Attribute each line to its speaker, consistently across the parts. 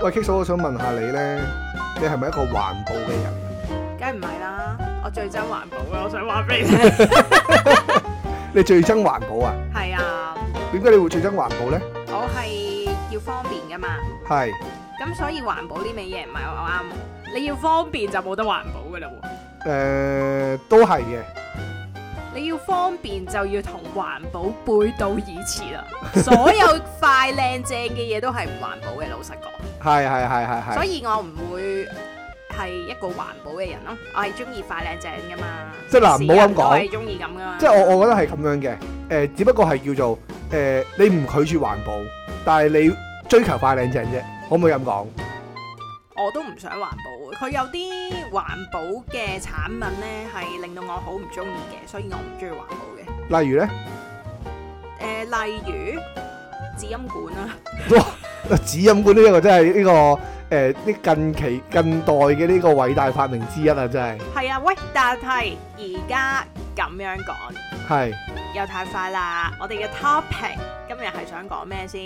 Speaker 1: 喂，K 嫂，我想問下你咧，你係咪一個環保嘅人？
Speaker 2: 梗唔係啦，我最憎環保啊嘅，我想話 俾你聽。
Speaker 1: 你最憎環保啊？
Speaker 2: 係啊，
Speaker 1: 點解你會最憎環保咧？
Speaker 2: 我係要方便噶嘛，
Speaker 1: 係
Speaker 2: 咁所以環保呢味嘢唔係我啱。你要方便就冇得環保噶啦喎，
Speaker 1: 誒、都係嘅，
Speaker 2: 你要方便就要同環保背道而馳 啦。所有快靚正嘅嘢都係唔環保嘅，老實講。
Speaker 1: 係係係係
Speaker 2: 所
Speaker 1: 係。
Speaker 2: 以我唔會係一個環保嘅人咯，我係中意快靚正噶嘛。
Speaker 1: 即係嗱唔好咁講
Speaker 2: 我係中意咁噶嘛。
Speaker 1: 即係我我覺得係咁樣嘅，誒、只不過係叫做誒、你唔拒絕環保，但係你追求快靚正啫，可唔可以咁講？
Speaker 2: 我都唔想環保，佢有啲環保嘅產品呢，係令到我好唔中意嘅，所以我唔中意環保嘅。
Speaker 1: 例如 咧，
Speaker 2: 誒、例如紙音啊管啦、
Speaker 1: 指音管呢一個真係呢、個誒啲、近期近代嘅呢個偉大發明之一啊，真係
Speaker 2: 係啊，喂，但係而家咁樣講
Speaker 1: 係
Speaker 2: 又太快啦。我哋嘅 topic 今日係想講咩先？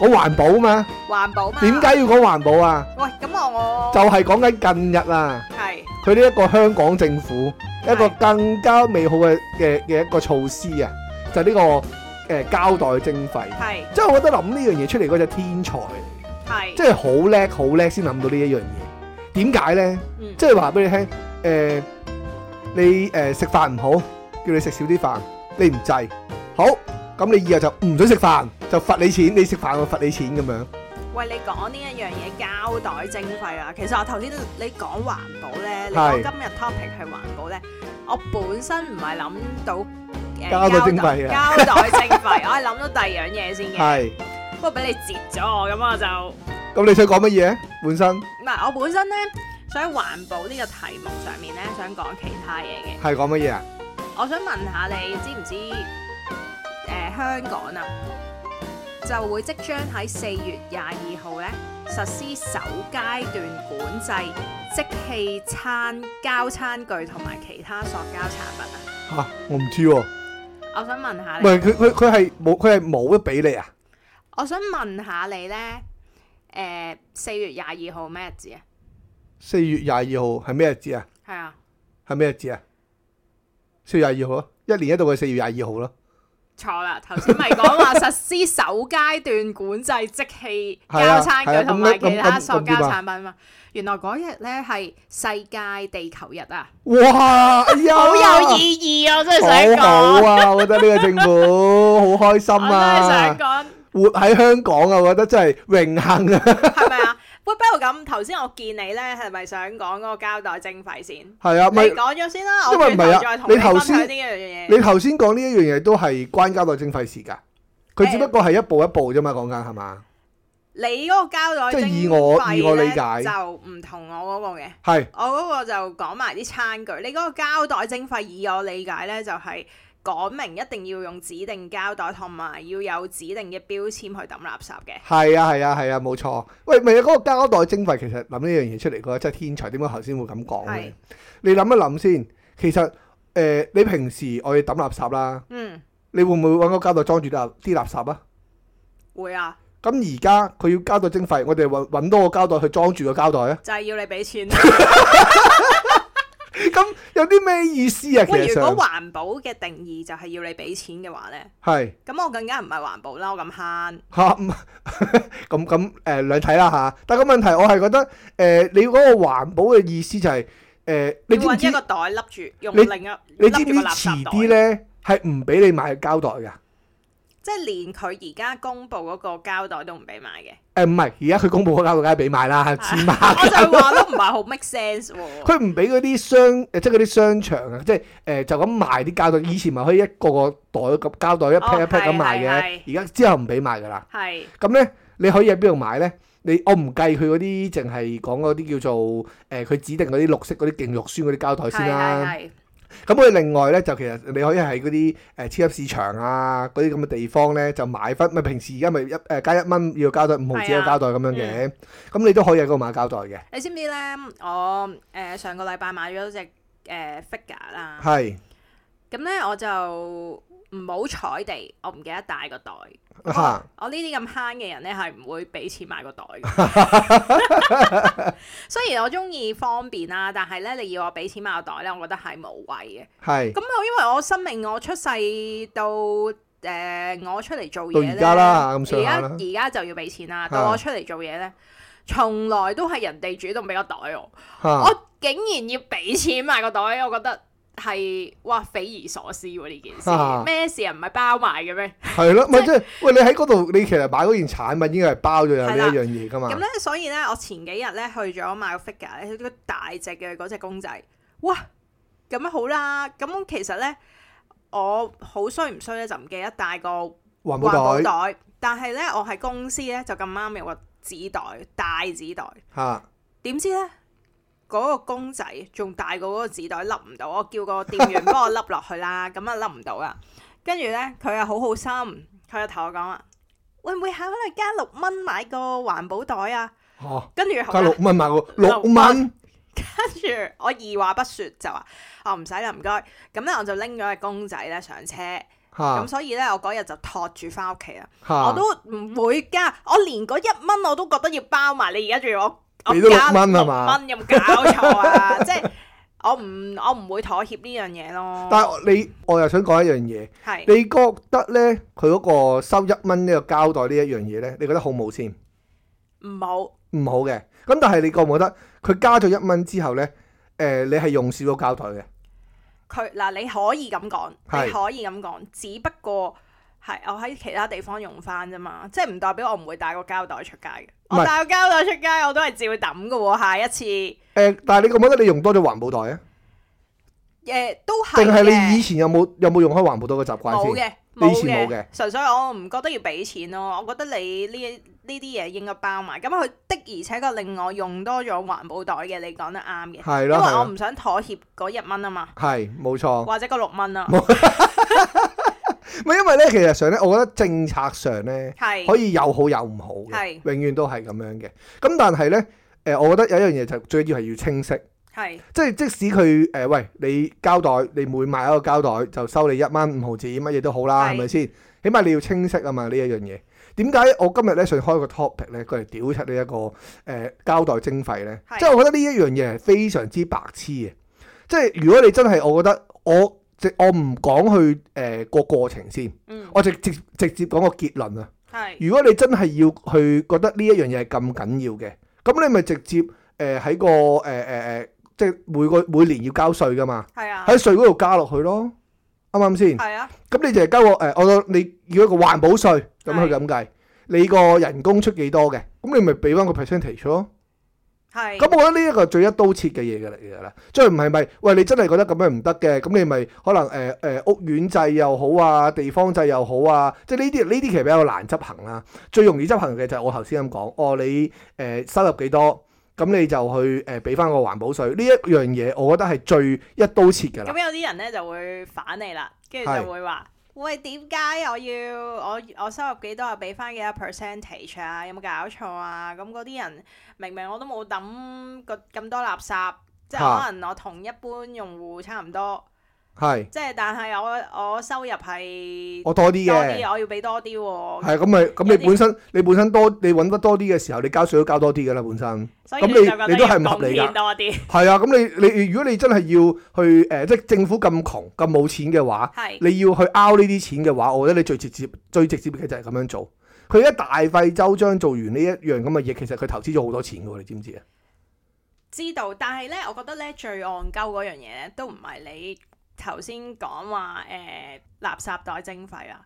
Speaker 1: 講環保嘛？
Speaker 2: 環保嘛？
Speaker 1: 點？解要講環保啊？
Speaker 2: 喂，咁我
Speaker 1: 就係講緊近日啊，
Speaker 2: 係
Speaker 1: 佢呢一個香港政府一個
Speaker 2: 係
Speaker 1: 更加美好嘅嘅嘅一個措施啊，就係呢、個誒、膠袋徵費。
Speaker 2: 係
Speaker 1: 即係我覺得諗呢樣嘢出嚟嗰隻天才嚟嘅。
Speaker 2: 係
Speaker 1: 即係好叻好叻先諗到呢一樣嘢。點解呢？
Speaker 2: 嗯
Speaker 1: 即係話俾你聽，誒、你誒、食飯唔好，叫你食少啲飯，你唔制，好，咁你以後就唔准食飯，就罰你錢，你食飯我罰你錢咁樣。
Speaker 2: 喂，你講呢一樣嘢膠袋徵費啦，其實我頭先你講環保咧，你
Speaker 1: 係
Speaker 2: 講今日 topic 係環保咧，我本身唔係諗到誒
Speaker 1: 膠袋徵費啊
Speaker 2: 膠袋 徵費，我係諗到第二樣嘢先嘅，
Speaker 1: 係，
Speaker 2: 不過俾你截咗我，咁我就
Speaker 1: 咁你想講乜嘢？本身
Speaker 2: 唔係我本身咧想環保呢個題目上面咧想講其他嘢嘅，
Speaker 1: 係講乜嘢啊？
Speaker 2: 我想問下你知唔知誒、呃香港啊就會即將喺四月廿二號咧實施首階段管制即棄餐膠餐具同埋其他塑膠產品啊！
Speaker 1: 嚇、我唔知喎、
Speaker 2: 我想問下
Speaker 1: 唔
Speaker 2: 你，
Speaker 1: 係佢佢佢係冇佢係冇得俾你啊？
Speaker 2: 我想問下你咧誒四月廿二號咩日子啊？
Speaker 1: 四月廿二號係咩日子啊？
Speaker 2: 係啊，
Speaker 1: 係咩日子啊？四月廿二號咯，一年一度嘅四月廿二號咯。
Speaker 2: 錯啦！頭先咪講話實施首階段管制即棄
Speaker 1: 係啊
Speaker 2: 膠餐
Speaker 1: 係啊
Speaker 2: 具同
Speaker 1: 咁
Speaker 2: 埋
Speaker 1: 你咁
Speaker 2: 其他
Speaker 1: 咁
Speaker 2: 塑
Speaker 1: 咁
Speaker 2: 膠
Speaker 1: 點啊
Speaker 2: 產品嘛。原來嗰日咧係世界地球日啊！
Speaker 1: 哇！哎呀，
Speaker 2: 好有意義啊！我真係想
Speaker 1: 好
Speaker 2: 講，
Speaker 1: 好啊！我覺得呢個政府好開心
Speaker 2: 我真係
Speaker 1: 啊
Speaker 2: 想！講，
Speaker 1: 活喺香港啊，我覺得真係榮幸啊！
Speaker 2: 係咪啊？喂，不如咁，頭先我見你咧，係咪想講嗰個膠袋徵費先？你
Speaker 1: 係啊，咪
Speaker 2: 講咗先啦，我
Speaker 1: 因為
Speaker 2: 轉
Speaker 1: 唔係啊
Speaker 2: 頭再同你
Speaker 1: 你頭
Speaker 2: 分
Speaker 1: 先
Speaker 2: 享呢樣嘢。
Speaker 1: 你頭先講呢一樣嘢都係關交代徵費事㗎，佢只不過係一步一步啫嘛，講緊係嘛？
Speaker 2: 你嗰個膠
Speaker 1: 即係
Speaker 2: 袋徵
Speaker 1: 以我
Speaker 2: 費
Speaker 1: 以我理
Speaker 2: 咧
Speaker 1: 解
Speaker 2: 就唔同我嗰個嘅，
Speaker 1: 係
Speaker 2: 我嗰個就講埋啲餐具。你嗰個膠袋徵費，以我理解咧就係、講明一定要用指定膠袋，同埋要有指定嘅標籤去抌垃圾嘅。
Speaker 1: 係啊係啊係啊，冇錯。喂，咪嗰個交代徵費其實諗呢樣嘢出嚟嗰個真係天才，點解頭先會咁講嘅
Speaker 2: 係？
Speaker 1: 你諗一諗先，其實誒、呃你平時我哋抌垃圾啦，
Speaker 2: 嗯，
Speaker 1: 你會唔會揾個膠袋裝住啲垃啲垃圾啊？
Speaker 2: 會啊，
Speaker 1: 咁而家佢要膠袋徵費，我哋揾揾多個膠袋去裝住個膠 袋啊！
Speaker 2: 就係、要你 俾錢。
Speaker 1: 咁有啲咩意思啊？其
Speaker 2: 喂，
Speaker 1: 實
Speaker 2: 如
Speaker 1: 上
Speaker 2: 果環保嘅定義就係要你俾錢嘅話呢，
Speaker 1: 係
Speaker 2: 咁我更加唔係環保啦，我咁慳。
Speaker 1: 嚇咁咁咁誒兩睇啦嚇。但個問題我係覺得誒、呃你嗰個環保嘅意思就係、呃你知唔
Speaker 2: 揾一
Speaker 1: 知
Speaker 2: 個袋笠住，用
Speaker 1: 你
Speaker 2: 另一
Speaker 1: 你
Speaker 2: 笠
Speaker 1: 知唔
Speaker 2: 住
Speaker 1: 知
Speaker 2: 個垃圾
Speaker 1: 遲啲
Speaker 2: 袋，
Speaker 1: 咧係唔俾你買膠袋㗎？
Speaker 2: 即係連佢而家公布嗰個膠袋都唔俾買嘅。
Speaker 1: 誒唔係，而家佢公布個膠袋梗係俾買 啦，千萬。
Speaker 2: 我就話都唔係好 make sense 喎。
Speaker 1: 佢唔俾嗰啲商誒，即係嗰啲商場啊，即係誒、就咁賣啲膠袋。以前咪可以一個個袋咁膠袋一 pack 一 pack 咁
Speaker 2: 哦係
Speaker 1: 賣嘅
Speaker 2: 係，
Speaker 1: 而家之後唔俾賣㗎啦。
Speaker 2: 係
Speaker 1: 咁咧，你可以喺邊度買咧？你我唔計佢嗰啲，淨係講嗰啲叫做誒，佢、指定嗰啲綠色嗰啲勁肉酸嗰啲膠袋
Speaker 2: 係
Speaker 1: 先啦。
Speaker 2: 係
Speaker 1: 咁佢另外咧，就其實你可以喺嗰啲誒超級市場啊，嗰啲咁嘅地方咧，就買翻。咪平時而家咪一誒、加一蚊要膠袋，五毫紙
Speaker 2: 係
Speaker 1: 嘅
Speaker 2: 啊
Speaker 1: 膠袋咁樣嘅。咁、你都可以喺嗰度買膠袋嘅。
Speaker 2: 你知唔知呢？我誒、呃上個禮拜買咗只誒 figure 啦，
Speaker 1: 係
Speaker 2: 咁呢，我就唔好彩地，我唔記得帶個袋。
Speaker 1: 嚇
Speaker 2: 我呢啲咁慳嘅人咧，係唔會俾錢買個袋嘅。 雖然我中意方便啦，但係咧，你要我俾錢買個袋咧，我覺得係無謂嘅。
Speaker 1: 係
Speaker 2: 咁我因為我生命我出世到誒、呃我出嚟做嘢
Speaker 1: 到
Speaker 2: 咧，
Speaker 1: 而家啦咁上
Speaker 2: 而
Speaker 1: 下
Speaker 2: 家
Speaker 1: 啦
Speaker 2: 而家就要俾錢啦。
Speaker 1: 啊
Speaker 2: 到我出嚟做嘢咧，從來都係人哋主動俾個袋我，
Speaker 1: 嚇，
Speaker 2: 我竟然要俾錢買個袋，我覺得係哇匪夷所思喎呢件事
Speaker 1: 啊。
Speaker 2: 咩事啊？唔係包埋嘅咩？
Speaker 1: 係咯，咪即係喂你喺嗰度，你其實買嗰件產品應該係包咗有呢一樣嘢噶嘛
Speaker 2: 咁，咧，所以咧，我前幾日咧去咗買個 figure 咧，個大隻嘅嗰只公仔，哇！咁樣好啦，咁其實咧，我好衰唔衰咧就唔記得帶個
Speaker 1: 環保袋
Speaker 2: 環保袋，但係咧我喺公司咧就咁啱有個紙袋大紙袋，
Speaker 1: 嚇，
Speaker 2: 點知咧嗰、個公仔仲大過嗰個紙袋，笠唔到，我叫個店員幫我笠落去啦，咁啊笠唔到啦，跟住咧佢又好好心，佢就同我講話，會唔會考慮加六蚊買個環保袋啊？
Speaker 1: 哦，
Speaker 2: 跟住後
Speaker 1: 加
Speaker 2: 來
Speaker 1: 六蚊買個六
Speaker 2: 六蚊
Speaker 1: 蚊，
Speaker 2: 跟住我二話不說就話，哦唔使啦，唔該。咁咧我就拎咗只公仔咧上車，咁、
Speaker 1: 嚇
Speaker 2: 所以咧我嗰日就托住翻屋企啦。
Speaker 1: 嚇，
Speaker 2: 我都唔會加，我連嗰一蚊我都覺得要包埋。你而家仲要我我
Speaker 1: 俾多
Speaker 2: 加
Speaker 1: 六蚊係嘛
Speaker 2: 蚊有冇搞錯啊？ 即係我唔我唔會妥協呢樣嘢咯。
Speaker 1: 但係你我又想講一樣嘢，
Speaker 2: 係
Speaker 1: 你覺得咧佢嗰個收一蚊呢個膠袋呢一樣嘢咧，你覺得好冇先？
Speaker 2: 唔好
Speaker 1: 唔好嘅。咁但係你覺唔覺得佢加咗一蚊之後呢？誒、你係用少咗膠袋嘅，
Speaker 2: 佢嗱，你可以咁講，
Speaker 1: 係
Speaker 2: 你可以咁講，只不過。係，我喺其他地方用翻啫嘛，即係唔代表我唔會帶個膠袋出街嘅。
Speaker 1: 唔係
Speaker 2: 我帶個膠袋出街，我都係照抌嘅喎。下一次，誒、
Speaker 1: 誒、但係你覺唔覺得你用多咗環保袋啊？
Speaker 2: 都
Speaker 1: 定
Speaker 2: 係
Speaker 1: 係你以
Speaker 2: 嘅
Speaker 1: 前有冇有冇用開環保袋嘅習
Speaker 2: 冇
Speaker 1: 慣先？
Speaker 2: 嘅，
Speaker 1: 你以
Speaker 2: 冇
Speaker 1: 前
Speaker 2: 嘅
Speaker 1: 冇嘅，
Speaker 2: 純粹我唔覺得要俾錢咯，我覺得你呢呢啲嘢應該包埋。咁佢的而且確令我用多咗環保袋嘅，你講得啱嘅，
Speaker 1: 係
Speaker 2: 因為
Speaker 1: 咯，哦係
Speaker 2: 我
Speaker 1: 咯
Speaker 2: 唔想妥協嗰一蚊啊嘛，
Speaker 1: 係冇錯。
Speaker 2: 或者嗰六蚊啊，
Speaker 1: 唔係因為呢，其實上呢，我覺得政策上呢，可
Speaker 2: 係
Speaker 1: 以有好有唔好嘅，
Speaker 2: 係
Speaker 1: 永遠都係咁樣嘅。咁但係呢，誒、我覺得有一樣嘢就最緊要係要清晰。
Speaker 2: 係
Speaker 1: 即係即使佢誒、呃喂，你膠袋，你每買一個膠袋就收你一蚊五毫子，乜嘢都好啦，
Speaker 2: 係
Speaker 1: 係咪先？起碼你要清晰啊嘛呢一樣嘢。點解我今日咧想開個 topic 咧，佢嚟屌出呢一個誒、呃、膠袋徵費咧？
Speaker 2: 係
Speaker 1: 即係我覺得呢一樣嘢係非常之白痴嘅。即係如果你真係，我覺得我直我唔講去誒個、過程先，
Speaker 2: 嗯
Speaker 1: 我直直直接講個結論啊。
Speaker 2: 係
Speaker 1: 如果你真係要去覺得呢一樣嘢係咁緊要嘅，咁你咪直接誒喺、個誒誒誒，即係每個每年要交税噶嘛，
Speaker 2: 係啊
Speaker 1: 喺税嗰度加落去咯，啱唔啱先？
Speaker 2: 係啊
Speaker 1: 咁你就係交個誒、呃我你要一個環保税咁去咁計，你個人工出幾多嘅，咁你咪俾翻個 percentage 咯。
Speaker 2: 係
Speaker 1: 咁我覺得呢一個係最一刀切嘅嘢嚟嘅啦，最唔係咪？喂，你真係覺得咁樣唔得嘅，咁你咪可能誒誒、呃呃屋苑制又好啊，地方制又好啊，即係呢啲呢啲其實比較難執行啦。最容易執行嘅就係我頭先咁講，哦，你誒、呃收入幾多，咁你就去誒俾翻個環保稅呢一樣嘢，我覺得係最一刀切嘅啦。
Speaker 2: 咁有啲人咧就會反你啦，跟住
Speaker 1: 係
Speaker 2: 就會話：喂，點解我要我我收入幾多啊？俾翻幾多 percentage 啊？有冇搞錯啊？咁嗰啲人明明我都冇抌個咁多垃圾，即係
Speaker 1: 啊
Speaker 2: 可能我同一般用戶差唔多，
Speaker 1: 係
Speaker 2: 即係但係我我收入係
Speaker 1: 我多啲
Speaker 2: 多
Speaker 1: 嘅，
Speaker 2: 啲，我要俾多啲喎。
Speaker 1: 係咁咪咁
Speaker 2: 有
Speaker 1: 你
Speaker 2: 啲
Speaker 1: 本身你本身多你揾得多啲嘅時候，你交税都交多啲嘅啦，本身。
Speaker 2: 所以
Speaker 1: 咁
Speaker 2: 你
Speaker 1: 你
Speaker 2: 就覺得
Speaker 1: 你都
Speaker 2: 要
Speaker 1: 係唔合理㗎
Speaker 2: 貢獻多啲，
Speaker 1: 係啊，咁你你如果你真係要去誒、呃即係政府咁窮咁冇錢嘅話。
Speaker 2: 係
Speaker 1: 你要去拗呢啲錢嘅話，我覺得你最直接、最直接嘅就係咁樣做。佢一大費周章做完呢一樣咁嘅嘢，其實佢投資咗好多錢嘅喎，你知唔知啊？
Speaker 2: 知道。但係咧，我覺得咧最戇鳩嗰樣嘢咧，都唔係你頭先講話誒垃圾袋徵費啦。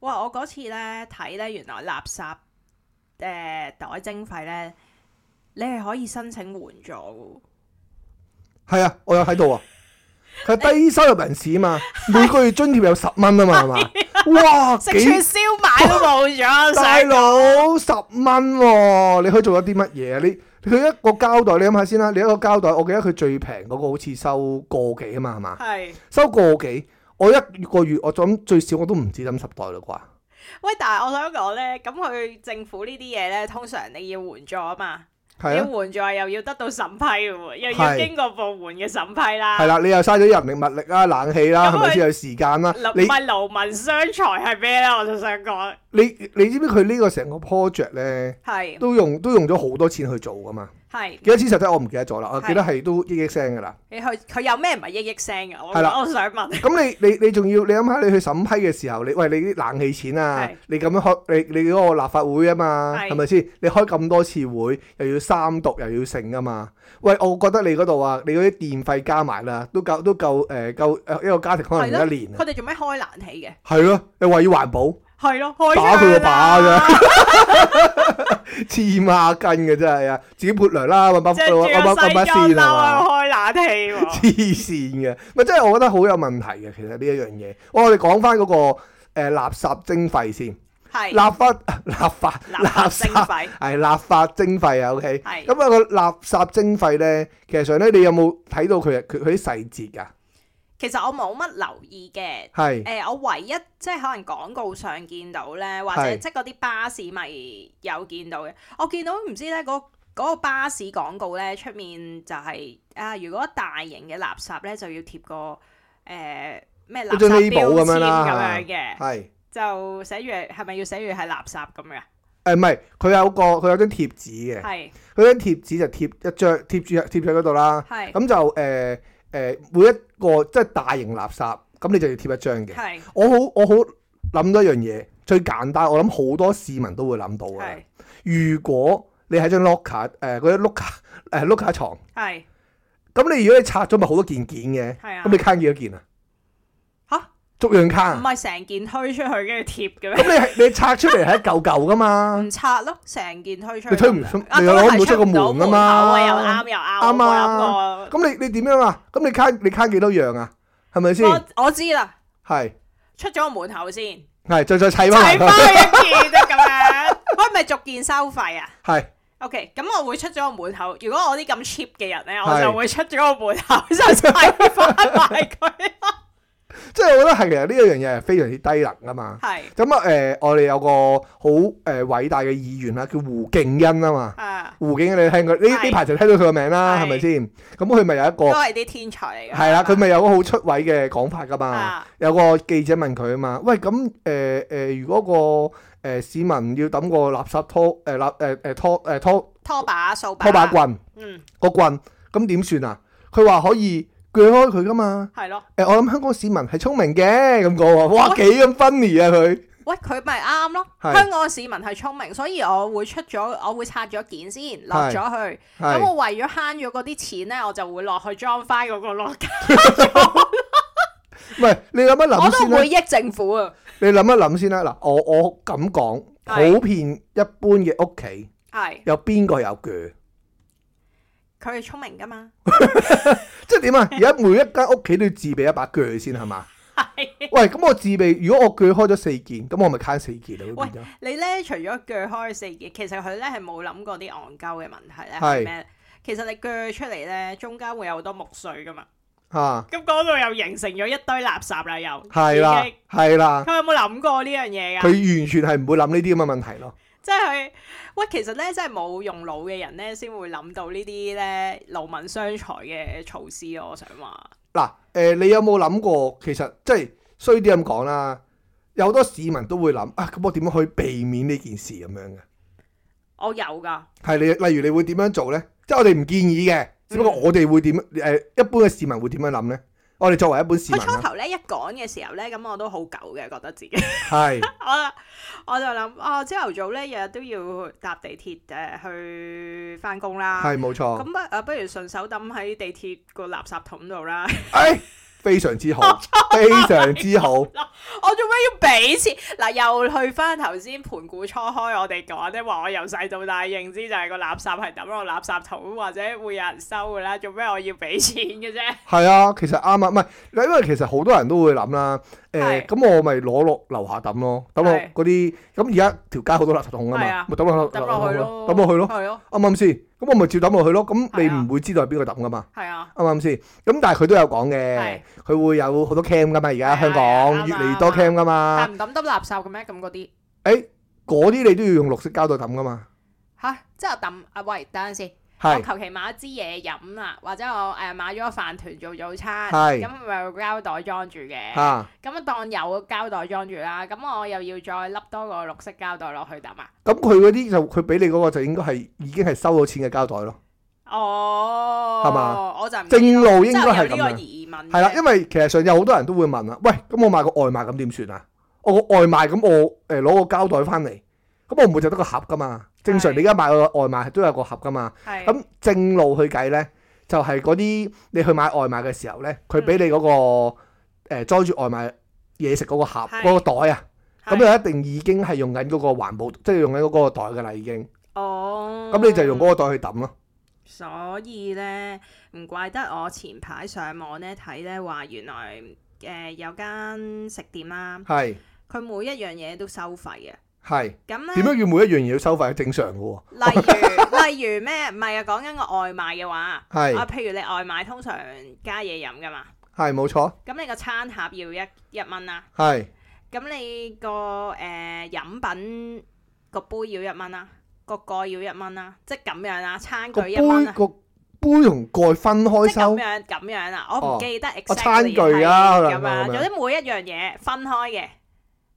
Speaker 2: 哇！我嗰次咧睇咧，原來垃圾誒、呃袋徵費咧，你係可以申請援助嘅。
Speaker 1: 係啊，我有睇到啊。佢係低收入人士啊嘛，每個月津貼有十蚊啊嘛，係嘛？哇，
Speaker 2: 食串
Speaker 1: 幾
Speaker 2: 燒 賣都冇咗，
Speaker 1: 大
Speaker 2: 想
Speaker 1: 佬十蚊喎！你可以做咗啲乜嘢啊？你佢一個膠袋，你諗下先啦。你一個膠袋，我記得佢最平嗰個好似收個幾啊嘛，係嘛？
Speaker 2: 係
Speaker 1: 收個幾，我一個月我諗最少我都唔止抌十袋啦啩。
Speaker 2: 喂，但係我想講咧，咁佢政府呢啲嘢咧，通常你要援助啊嘛，
Speaker 1: 係
Speaker 2: 你
Speaker 1: 啊，
Speaker 2: 換咗又要得到審批嘅喎，又要
Speaker 1: 係
Speaker 2: 經過部門嘅審批啦。
Speaker 1: 係啦，你又嘥咗人力物力啦、冷氣啦，係
Speaker 2: 咁佢
Speaker 1: 咪先有時間啦？
Speaker 2: 流
Speaker 1: 你
Speaker 2: 唔係流民傷財係咩咧？我就想講
Speaker 1: 你你知唔知佢呢個成個 project 咧，
Speaker 2: 係
Speaker 1: 都用都用咗好多錢去做噶嘛？
Speaker 2: 係
Speaker 1: 幾多錢實質我唔記得咗啦，我
Speaker 2: 係
Speaker 1: 記得係都億億聲噶啦。
Speaker 2: 你去佢有咩唔係億億聲啊嘅？我
Speaker 1: 係啦
Speaker 2: 我想問
Speaker 1: 咁你你你仲要你諗下你去審批嘅時候，你喂你啲冷氣錢啊
Speaker 2: 係，
Speaker 1: 你咁樣開你你嗰個立法會啊嘛，
Speaker 2: 係
Speaker 1: 係咪先？你開咁多次會，又要三讀又要剩啊嘛。喂，我覺得你嗰度啊，你嗰啲電費加埋啦，都夠都夠誒、呃、夠呃一個家庭可能
Speaker 2: 係
Speaker 1: 用
Speaker 2: 咯
Speaker 1: 一年啊
Speaker 2: 佢。哋做咩開冷氣嘅？
Speaker 1: 係咯，你話要環保，
Speaker 2: 係咯，開
Speaker 1: 打佢個
Speaker 2: 窗啊
Speaker 1: 把
Speaker 2: 啦
Speaker 1: 啫，黐孖筋嘅真係啊！自己潑涼啦，揾把
Speaker 2: 即係住
Speaker 1: 揾把
Speaker 2: 個
Speaker 1: 揾把
Speaker 2: 西
Speaker 1: 啊
Speaker 2: 裝
Speaker 1: 線係嘛
Speaker 2: 褸？啊開冷 氣喎。
Speaker 1: 黐線嘅，咪真係我覺得好有問題嘅。其實呢一樣嘢，我哋講翻嗰個呃垃圾徵費先，
Speaker 2: 係
Speaker 1: 立法立法
Speaker 2: 垃圾徵費
Speaker 1: 係立法徵費啊，OK。
Speaker 2: 係
Speaker 1: 咁啊個垃圾徵費咧，其實上咧你有冇睇到佢佢佢啲細節㗎？
Speaker 2: 其實我冇乜留意嘅。誒、
Speaker 1: 係
Speaker 2: 呃我唯一即係可能廣告上見到咧，或者
Speaker 1: 係
Speaker 2: 即係嗰啲巴士咪有見到嘅。我見到唔知咧嗰嗰個巴士廣告咧，出面就係、啊，如果大型嘅垃圾咧就要貼個誒咩、垃
Speaker 1: 一張
Speaker 2: 圾
Speaker 1: label
Speaker 2: 標籤
Speaker 1: 咁
Speaker 2: 咁
Speaker 1: 樣啦
Speaker 2: 樣嘅，
Speaker 1: 係
Speaker 2: 就寫住係咪要寫住係垃圾咁樣？
Speaker 1: 誒唔係佢有個佢有張貼紙嘅，
Speaker 2: 係
Speaker 1: 佢張貼紙就貼一張貼住貼住喺嗰度啦。
Speaker 2: 係
Speaker 1: 咁就誒誒、呃呃每一個即係大型垃圾，咁你就要貼一張嘅。
Speaker 2: 係
Speaker 1: 我好我好諗到一樣嘢，最簡單，我諗好多市民都會諗到嘅。
Speaker 2: 係
Speaker 1: 如果你喺張 locker 誒嗰啲 locker 誒 locker 牀，
Speaker 2: 係
Speaker 1: 咁你如果你拆咗咪好多件件嘅，
Speaker 2: 係啊
Speaker 1: 咁！你坑幾多件啊？
Speaker 2: 嚇
Speaker 1: 逐樣坑
Speaker 2: 唔
Speaker 1: 啊。
Speaker 2: 係成件推出去跟住貼嘅
Speaker 1: 咁
Speaker 2: 咩？
Speaker 1: 你係 你拆出嚟係一嚿嚿噶嘛？
Speaker 2: 唔拆咯，成件推出去
Speaker 1: 你推唔出
Speaker 2: 啊
Speaker 1: 你
Speaker 2: 都
Speaker 1: 攞唔
Speaker 2: 係
Speaker 1: 到出個
Speaker 2: 唔到
Speaker 1: 門啊
Speaker 2: 口
Speaker 1: 嘛
Speaker 2: 又啱又啱，
Speaker 1: 啱啊
Speaker 2: 我
Speaker 1: 咁你你點樣啊？咁你坑你坑幾多樣啊？係咪
Speaker 2: 有
Speaker 1: 先？
Speaker 2: 諗過我我知啦，
Speaker 1: 係
Speaker 2: 出咗個門口先，
Speaker 1: 係再再砌
Speaker 2: 砌翻
Speaker 1: 翻
Speaker 2: 一
Speaker 1: 埋佢。
Speaker 2: 件得咁樣，我係咪逐件收費啊
Speaker 1: 係
Speaker 2: ？OK，咁我會出咗個門口。如果我啲咁 cheap 嘅人咧，我
Speaker 1: 係
Speaker 2: 就會出咗個門口就砌翻埋佢。
Speaker 1: 即係我覺得係其實呢一樣嘢係非常之低能噶嘛。
Speaker 2: 係
Speaker 1: 咁啊誒，我哋有個好誒偉大嘅議員啦，叫胡敬欣啊嘛。
Speaker 2: 啊，
Speaker 1: 胡景你聽過呢
Speaker 2: 係
Speaker 1: 呢排就聽到佢個名啦，
Speaker 2: 係
Speaker 1: 係咪先？咁佢咪有 一個
Speaker 2: 都係啲天才嚟嘅。
Speaker 1: 係啦，佢咪有個好出位嘅講法噶嘛？
Speaker 2: 啊
Speaker 1: 有個記者問佢啊嘛，喂咁誒誒，如果個誒市民要抌個垃圾拖誒垃誒誒拖誒拖
Speaker 2: 拖把掃把
Speaker 1: 拖把，棍
Speaker 2: 嗯，
Speaker 1: 個棍，咁點算啊？佢話可以鋸開佢噶嘛？
Speaker 2: 係咯。
Speaker 1: 誒，我諗香港市民係聰明嘅咁講喎，哇幾咁 funny 啊佢！
Speaker 2: 喂，佢咪啱咯！
Speaker 1: 係
Speaker 2: 香港嘅市民係聰明，所以我會出咗，我會拆咗件先，落咗去。咁
Speaker 1: 係
Speaker 2: 我為咗慳咗嗰啲錢咧，我就會落去裝翻嗰個 l o
Speaker 1: 喂，你諗一
Speaker 2: 我
Speaker 1: 諗先
Speaker 2: 都
Speaker 1: 啦
Speaker 2: 會。益政府啊！
Speaker 1: 你諗一諗先啦。嗱，我我咁講，
Speaker 2: 係
Speaker 1: 普遍一般嘅屋企
Speaker 2: 係，
Speaker 1: 有邊個有鋸？
Speaker 2: 佢係聰明噶嘛？
Speaker 1: 即係點 啊？而家每一間屋企都要自備一把鋸先係嘛？
Speaker 2: 係
Speaker 1: 喂，咁我自備，如果我鋸開咗四件，咁我咪慳四件咯，
Speaker 2: 喂
Speaker 1: 變咗
Speaker 2: 你咧，除咗鋸開四件，其實佢咧係冇諗過啲戇鳩嘅問題咧係
Speaker 1: 係
Speaker 2: 咩？其實你鋸出嚟咧，中間會有好多木碎噶嘛，
Speaker 1: 嚇，
Speaker 2: 咁嗰度又形成咗一堆垃 圾啦，又
Speaker 1: 係啦
Speaker 2: 已經，啊
Speaker 1: 係啦，
Speaker 2: 佢有冇諗過呢樣嘢㗎？
Speaker 1: 佢完全係唔會諗呢啲咁嘅問題咯。
Speaker 2: 即係喂，其實咧，真係冇用腦嘅人咧，先會諗到呢啲咧勞民傷財嘅措施咯。我想話
Speaker 1: 嗱，誒，你有冇諗過？其實即係衰啲咁講啦，有好多市民都會諗啊，咁我點樣可以避免呢件事咁樣嘅？
Speaker 2: 我有噶，
Speaker 1: 係你，例如你會點樣做呢？即係我哋唔建議嘅，只不過我哋會點誒、一般嘅市民會點樣諗呢？我哋作為一般市
Speaker 2: 佢
Speaker 1: 民啊
Speaker 2: 初
Speaker 1: 啦，
Speaker 2: 頭咧一講嘅時候咧，咁我都好狗嘅，覺得自己
Speaker 1: 係
Speaker 2: 我我就諗啊，朝頭早咧日日都要搭地鐵誒、呃去翻工啦。
Speaker 1: 係冇哦
Speaker 2: 咁
Speaker 1: 錯，
Speaker 2: 不誒，不如順手抌喺地鐵個垃圾桶度啦。
Speaker 1: 誒非常之好，非常之好，
Speaker 2: 我做咩要俾錢？嗱，又去翻頭先盤古初開我哋講咧，話我由細到大認知就係個垃圾係抌落垃圾桶，或者會有人收噶啦。做咩我要俾錢嘅啫？
Speaker 1: 係啊，其實啱啊，唔係因為其實好多人都會諗啦，誒、
Speaker 2: 係
Speaker 1: 咁我咪攞落樓下抌咯，抌落
Speaker 2: 係
Speaker 1: 嗰啲，咁而家條街好多垃圾桶啊
Speaker 2: 係啊
Speaker 1: 嘛，咪抌落
Speaker 2: 抌落去 咯，
Speaker 1: 抌落去咯，
Speaker 2: 係咯，
Speaker 1: 啱唔啱先？咁我咪照抌落去咯，咁你
Speaker 2: 係啊
Speaker 1: 唔會知道係邊個抌噶嘛？
Speaker 2: 係啊，
Speaker 1: 啱唔啱先？咁但係佢都有講
Speaker 2: 係
Speaker 1: 嘅，佢會有好多 cam 噶嘛，而
Speaker 2: 係
Speaker 1: 家
Speaker 2: 啊
Speaker 1: 香
Speaker 2: 係啊
Speaker 1: 港越嚟越多
Speaker 2: 啱啊
Speaker 1: cam 噶嘛
Speaker 2: 但。唔抌得垃圾嘅咩？咁嗰啲
Speaker 1: 誒嗰啲你都要用綠色膠袋抌噶嘛？
Speaker 2: 吓，即係我抌啊喂，等陣先。我
Speaker 1: 係
Speaker 2: 求其買一支嘢飲啦，或者我誒買咗個飯團做早餐，
Speaker 1: 係
Speaker 2: 咁咪有膠袋裝住嘅，
Speaker 1: 啊，
Speaker 2: 咁啊當有膠袋裝住啦，咁我又要再笠多個綠色膠袋落去抌啊。
Speaker 1: 咁佢嗰啲就佢俾你嗰個就應該係已經係收咗錢嘅膠袋咯，
Speaker 2: 哦，
Speaker 1: 係嘛？
Speaker 2: 我就唔
Speaker 1: 正路應
Speaker 2: 即係
Speaker 1: 該係咁
Speaker 2: 有呢個
Speaker 1: 樣。
Speaker 2: 疑問嘅。
Speaker 1: 係啦，因為其實上有好多人都會問啊啦，喂，咁我買個外賣咁點算啊？我個外賣咁我誒攞個膠袋翻嚟，咁我唔會就得個盒噶嘛。正常
Speaker 2: 係
Speaker 1: 你而家買個外賣都有個盒噶嘛。
Speaker 2: 係
Speaker 1: 咁正路去計呢，就係嗰啲你去買外賣嘅時候呢，
Speaker 2: 嗯
Speaker 1: 佢俾你嗰、個誒裝住外賣嘢食嗰個盒
Speaker 2: 係
Speaker 1: 嗰個袋啊，咁
Speaker 2: 係
Speaker 1: 就一定已經係用緊嗰個環保，即係用緊嗰個袋㗎啦已經。
Speaker 2: 哦，
Speaker 1: 咁你就用嗰個袋去抌咯。
Speaker 2: 所以咧，唔怪得我前排上網咧睇咧話，原來誒、呃有間食店啦，
Speaker 1: 係
Speaker 2: 佢每一樣嘢都收費嘅。
Speaker 1: 係
Speaker 2: 咁咧
Speaker 1: 點，樣叫每一樣嘢要收費係正常嘅喎。
Speaker 2: 例如 例如咩？唔係啊，講緊個外賣嘅話，啊，
Speaker 1: 係
Speaker 2: 譬如你外賣通常加嘢飲噶嘛，
Speaker 1: 係冇錯，
Speaker 2: 咁你個餐盒要一一蚊啦，
Speaker 1: 係
Speaker 2: 咁你個誒、呃、飲品個杯要一蚊啦，個蓋要一蚊啦，即係咁樣啦，餐
Speaker 1: 個
Speaker 2: 具一蚊
Speaker 1: 杯
Speaker 2: 啦。
Speaker 1: 個杯同蓋分開
Speaker 2: 即係
Speaker 1: 收
Speaker 2: 咁。樣咁樣啦，我
Speaker 1: 哦
Speaker 2: 唔記得
Speaker 1: 我
Speaker 2: exactly
Speaker 1: 餐具啊
Speaker 2: 係
Speaker 1: 可
Speaker 2: 咁
Speaker 1: 能係
Speaker 2: 樣，
Speaker 1: 咪
Speaker 2: 總之每一樣嘢分開嘅，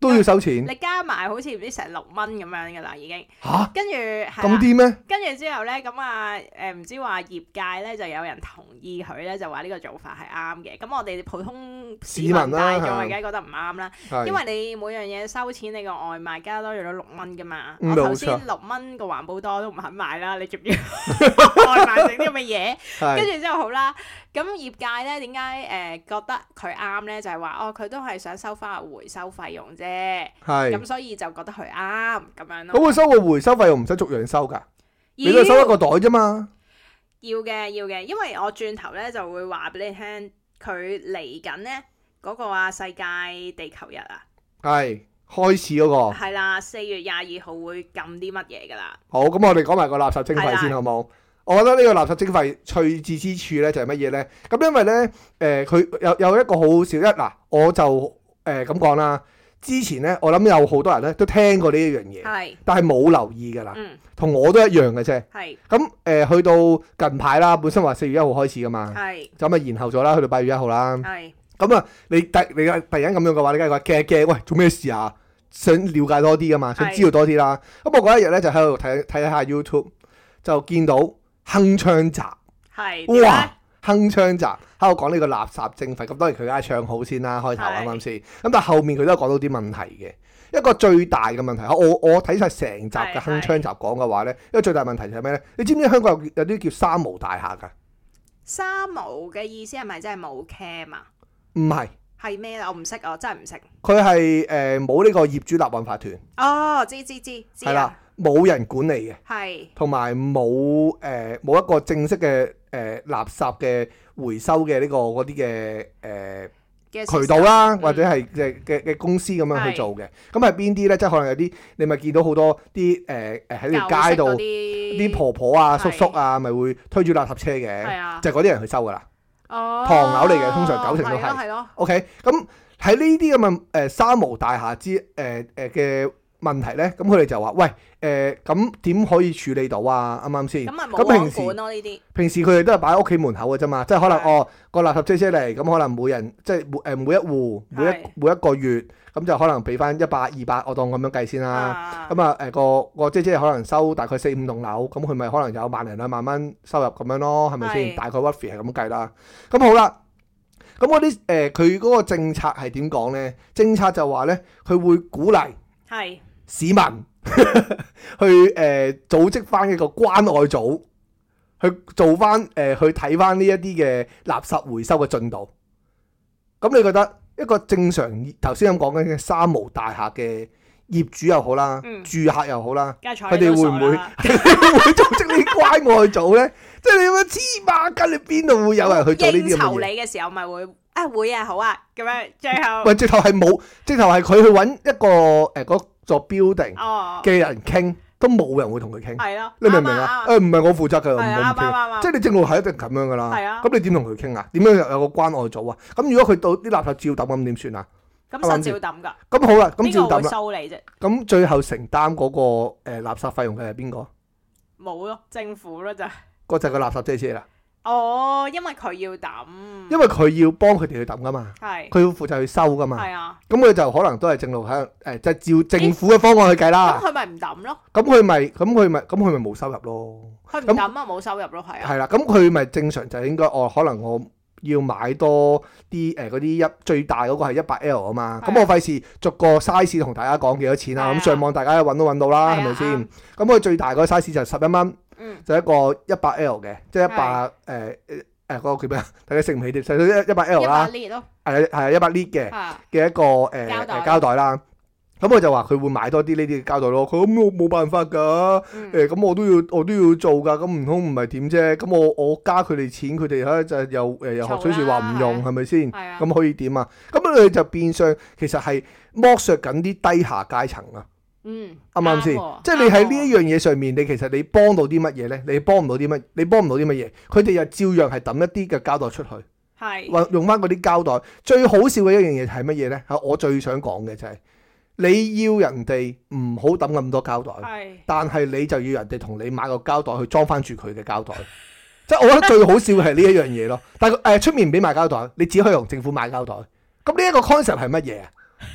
Speaker 1: 都要收錢
Speaker 2: 你加埋好似唔知成六蚊咁樣噶啦已經，
Speaker 1: 吓？
Speaker 2: 跟住係啊
Speaker 1: 咁
Speaker 2: 啦，
Speaker 1: 啲咩？
Speaker 2: 跟住之後咧咁啊誒唔知話業界咧就有人同意佢咧就話呢個做法係啱嘅，咁我哋普通市民
Speaker 1: 市民啦
Speaker 2: 大眾
Speaker 1: 係
Speaker 2: 而家覺得唔啱啦，
Speaker 1: 係
Speaker 2: 因為你每樣嘢收錢，你個外賣加多咗六蚊噶嘛，
Speaker 1: 嗯
Speaker 2: 我頭
Speaker 1: 冇
Speaker 2: 先
Speaker 1: 錯
Speaker 2: 六蚊個環保多都唔肯買啦，你仲要外賣整啲咁嘅嘢？跟
Speaker 1: 係
Speaker 2: 住之後好啦，咁業界咧點解呃誒覺得佢啱咧？就係、話哦，佢都係想收翻回收費用啫，
Speaker 1: 係
Speaker 2: 咁所以就覺得佢啱咁樣
Speaker 1: 咁
Speaker 2: 咯。
Speaker 1: 佢收個回收費用唔使逐樣收㗎，你都
Speaker 2: 要
Speaker 1: 係收一個袋啫嘛。
Speaker 2: 要嘅要嘅，因為我轉頭咧就會話俾你聽，佢嚟緊咧嗰個啊世界地球日啊，
Speaker 1: 係開始嗰個
Speaker 2: 係啦，四月廿二號會禁啲乜嘢㗎啦，
Speaker 1: 好，咁我哋講埋個垃圾徵費
Speaker 2: 係
Speaker 1: 先好
Speaker 2: 啦
Speaker 1: 冇？我覺得呢個垃圾徵費趣致之處咧就係乜嘢咧？咁因為咧，誒、佢有有一個好好笑一嗱，我就誒咁講啦。之前咧，我諗有好多人咧都聽過呢一樣嘢，
Speaker 2: 係，
Speaker 1: 但係冇留意㗎啦，
Speaker 2: 嗯，
Speaker 1: 同我都一樣嘅啫。
Speaker 2: 係
Speaker 1: 咁誒、去到近排啦，本身話四月一號開始㗎嘛，
Speaker 2: 係
Speaker 1: 咁啊延後咗啦，去到八月一號啦。
Speaker 2: 係
Speaker 1: 咁啊，你突你突突然間咁樣嘅話，你梗係話驚驚，喂，做咩事啊？想了解多啲噶嘛，想
Speaker 2: 係
Speaker 1: 知道多啲啦。咁我嗰一日咧就喺度睇睇下 YouTube，就見到鏗鏘集，
Speaker 2: 係，點
Speaker 1: 哇
Speaker 2: 咧！
Speaker 1: 鏗鏘集喺度講呢個垃圾徵費，咁當然佢梗係唱好先啦，開頭
Speaker 2: 係
Speaker 1: 啱啱先。咁但係後面佢都有講到啲問題嘅。一個最大嘅問題，我我睇晒成集嘅
Speaker 2: 係
Speaker 1: 鏗鏘集講嘅話咧，一個最大問題就係咩咧？你知唔知香港有有啲叫三無大廈㗎？
Speaker 2: 三毛嘅意思係咪真係冇 cam 啊？
Speaker 1: 唔係，
Speaker 2: 係咩啊？我唔識，我真係唔識。
Speaker 1: 佢係誒冇呢個業主立案法團。
Speaker 2: 哦，知知知知
Speaker 1: 係啦
Speaker 2: 啦，，
Speaker 1: 冇人管理嘅，
Speaker 2: 係
Speaker 1: 同埋冇誒冇一個正式嘅誒、呃垃圾嘅回收嘅呢、個嗰啲嘅
Speaker 2: 嘅
Speaker 1: 誒渠道啦，
Speaker 2: system
Speaker 1: 或者係嘅嘅嘅公司咁樣
Speaker 2: 係
Speaker 1: 去做嘅。咁係邊啲咧？即係可能有啲你咪見到好多啲誒誒喺條街度啲
Speaker 2: 啲
Speaker 1: 婆婆啊、
Speaker 2: 係
Speaker 1: 叔叔啊，咪會推住垃圾車
Speaker 2: 係
Speaker 1: 嘅，
Speaker 2: 啊，
Speaker 1: 就係嗰啲人去收㗎啦。
Speaker 2: 哦，
Speaker 1: 唐樓嚟嘅通常九成都係
Speaker 2: 係咯，
Speaker 1: OK，咁喺呢啲咁嘅誒三無大廈之誒誒嘅問題咧，咁佢哋就話：喂誒，咁、點可以處理到啊？啱唔啱先？
Speaker 2: 咁咪
Speaker 1: 咁
Speaker 2: 冇
Speaker 1: 平
Speaker 2: 網
Speaker 1: 時
Speaker 2: 管啊咯呢啲，
Speaker 1: 平時佢哋都係擺喺屋企門口嘅啫嘛，即係可能
Speaker 2: 係
Speaker 1: 哦個垃圾車車嚟，咁可能每人即係呃每誒每一戶每一
Speaker 2: 係
Speaker 1: 每一個月，咁就可能俾翻一百二百，我當咁樣計先啦。
Speaker 2: 啊
Speaker 1: 咁啊誒個個姐姐可能收大概四五棟樓，咁佢咪可能有萬零兩萬蚊收入咁樣咯，係咪
Speaker 2: 係
Speaker 1: 先？大概 w a f 係咁計啦。咁好啦，咁嗰啲誒佢嗰個政策係點講咧？政策就話咧，佢會鼓勵
Speaker 2: 係
Speaker 1: 市民 去誒、呃、組織翻一個關愛組，去做翻誒、呃去睇翻呢一啲嘅垃圾回收嘅進度。咁你覺得一個正常頭先咁講緊嘅三無大廈嘅業主又好啦，
Speaker 2: 嗯
Speaker 1: 住客又好啦，
Speaker 2: 梗係睬
Speaker 1: 佢哋會唔
Speaker 2: 你都
Speaker 1: 會
Speaker 2: 傻啦
Speaker 1: 會組織呢啲 關愛組咧？即係你咁樣黐孖筋，你邊度會有人去做呢啲
Speaker 2: 應
Speaker 1: 咁
Speaker 2: 酬
Speaker 1: 嘅
Speaker 2: 你
Speaker 1: 嘢？
Speaker 2: 嘅時候咪會啊會啊好啊咁樣，最後
Speaker 1: 喂，直頭係冇，直頭係佢去揾一個誒嗰、座 building
Speaker 2: 哦
Speaker 1: 嘅人傾，都冇人會同佢傾。
Speaker 2: 係咯，
Speaker 1: 你明唔
Speaker 2: 啱
Speaker 1: 明啊？誒
Speaker 2: 啱
Speaker 1: 唔係我負責㗎，我唔
Speaker 2: 係啊
Speaker 1: 好
Speaker 2: 啱啱
Speaker 1: 傾。
Speaker 2: 啱啱，
Speaker 1: 即係你正路係一定咁樣㗎
Speaker 2: 係
Speaker 1: 啦
Speaker 2: 啊。
Speaker 1: 咁你點同佢傾啊？點樣有有個關愛組啊？咁如果佢到啲垃圾照抌咁點算啊？
Speaker 2: 咁實照抌㗎，
Speaker 1: 咁好啦，咁
Speaker 2: 邊
Speaker 1: 照
Speaker 2: 個會
Speaker 1: 抌啦。
Speaker 2: 收你啫？
Speaker 1: 咁最後承擔嗰個誒垃圾費用嘅係邊個？
Speaker 2: 冇咯，政府咯就係。
Speaker 1: 嗰就係個垃圾車車啦，
Speaker 2: 哦，因為佢要抌，
Speaker 1: 因為佢要幫佢哋去抌噶嘛，
Speaker 2: 嗯係
Speaker 1: 佢要負責去收噶嘛，
Speaker 2: 係啊，
Speaker 1: 咁佢就可能都係正路喺誒，就照政府嘅方案去計
Speaker 2: 咁
Speaker 1: 啦。
Speaker 2: 佢咪唔抌咯？
Speaker 1: 咁佢咪咁佢咪咁佢咪冇收入咯，
Speaker 2: 佢唔
Speaker 1: 咁
Speaker 2: 抌啊，冇收入咯，係啊，
Speaker 1: 係啦，咁佢咪正常就應該哦，可能我要買多啲誒嗰啲一最大嗰個係一百 L 啊嘛，咁
Speaker 2: 係啊
Speaker 1: 我費事逐個 size 同大家講幾多錢
Speaker 2: 係
Speaker 1: 啊，
Speaker 2: 啊
Speaker 1: 咁上網大家揾都揾到啦，係咪
Speaker 2: 係
Speaker 1: 先
Speaker 2: 啊？
Speaker 1: 咁佢最大嗰個 size 就十一蚊，
Speaker 2: 嗯，
Speaker 1: 就一個一百 L 嘅，即係一
Speaker 2: 係
Speaker 1: 百誒誒嗰個叫咩啊？大家食唔起啲，就一一百 L
Speaker 2: 一百
Speaker 1: 啦，
Speaker 2: 列咯，
Speaker 1: 係係一百 lit 嘅。
Speaker 2: 嚇，
Speaker 1: 嘅一個誒
Speaker 2: 膠
Speaker 1: 誒
Speaker 2: 袋
Speaker 1: 膠袋啦。咁佢就話佢會買多啲呢啲嘅膠袋咯。佢咁我冇辦法㗎，
Speaker 2: 嗯
Speaker 1: 誒咁我都要我都要做㗎。咁唔通唔係點啫？咁我我加佢哋錢，佢哋喺就又誒又學水樹話唔用
Speaker 2: 嘈啦
Speaker 1: 係咪先？
Speaker 2: 係啊，
Speaker 1: 咁可以點啊？咁佢就變相其實係剝削緊啲低下階層啊，
Speaker 2: 嗯，
Speaker 1: 啱唔啱先
Speaker 2: 喎？
Speaker 1: 即係你喺呢
Speaker 2: 啱
Speaker 1: 一樣嘢上面，你其實你幫到啲乜嘢咧？你幫唔到啲乜？你幫唔到啲乜嘢？佢哋又照樣係抌一啲嘅膠袋出去。
Speaker 2: 喎係
Speaker 1: 或用翻嗰啲膠袋。最好笑嘅一樣嘢係乜嘢呢？係我最想講嘅就係、你要人哋唔好抌咁多膠袋，
Speaker 2: 係
Speaker 1: 但係你就要人哋同你買個膠袋去裝翻住佢嘅膠袋。 即係我覺得最好笑嘅係呢一樣嘢咯。但係呃誒出面唔俾買膠袋，你只可以同政府買膠袋。咁呢一個 concept 係乜嘢啊？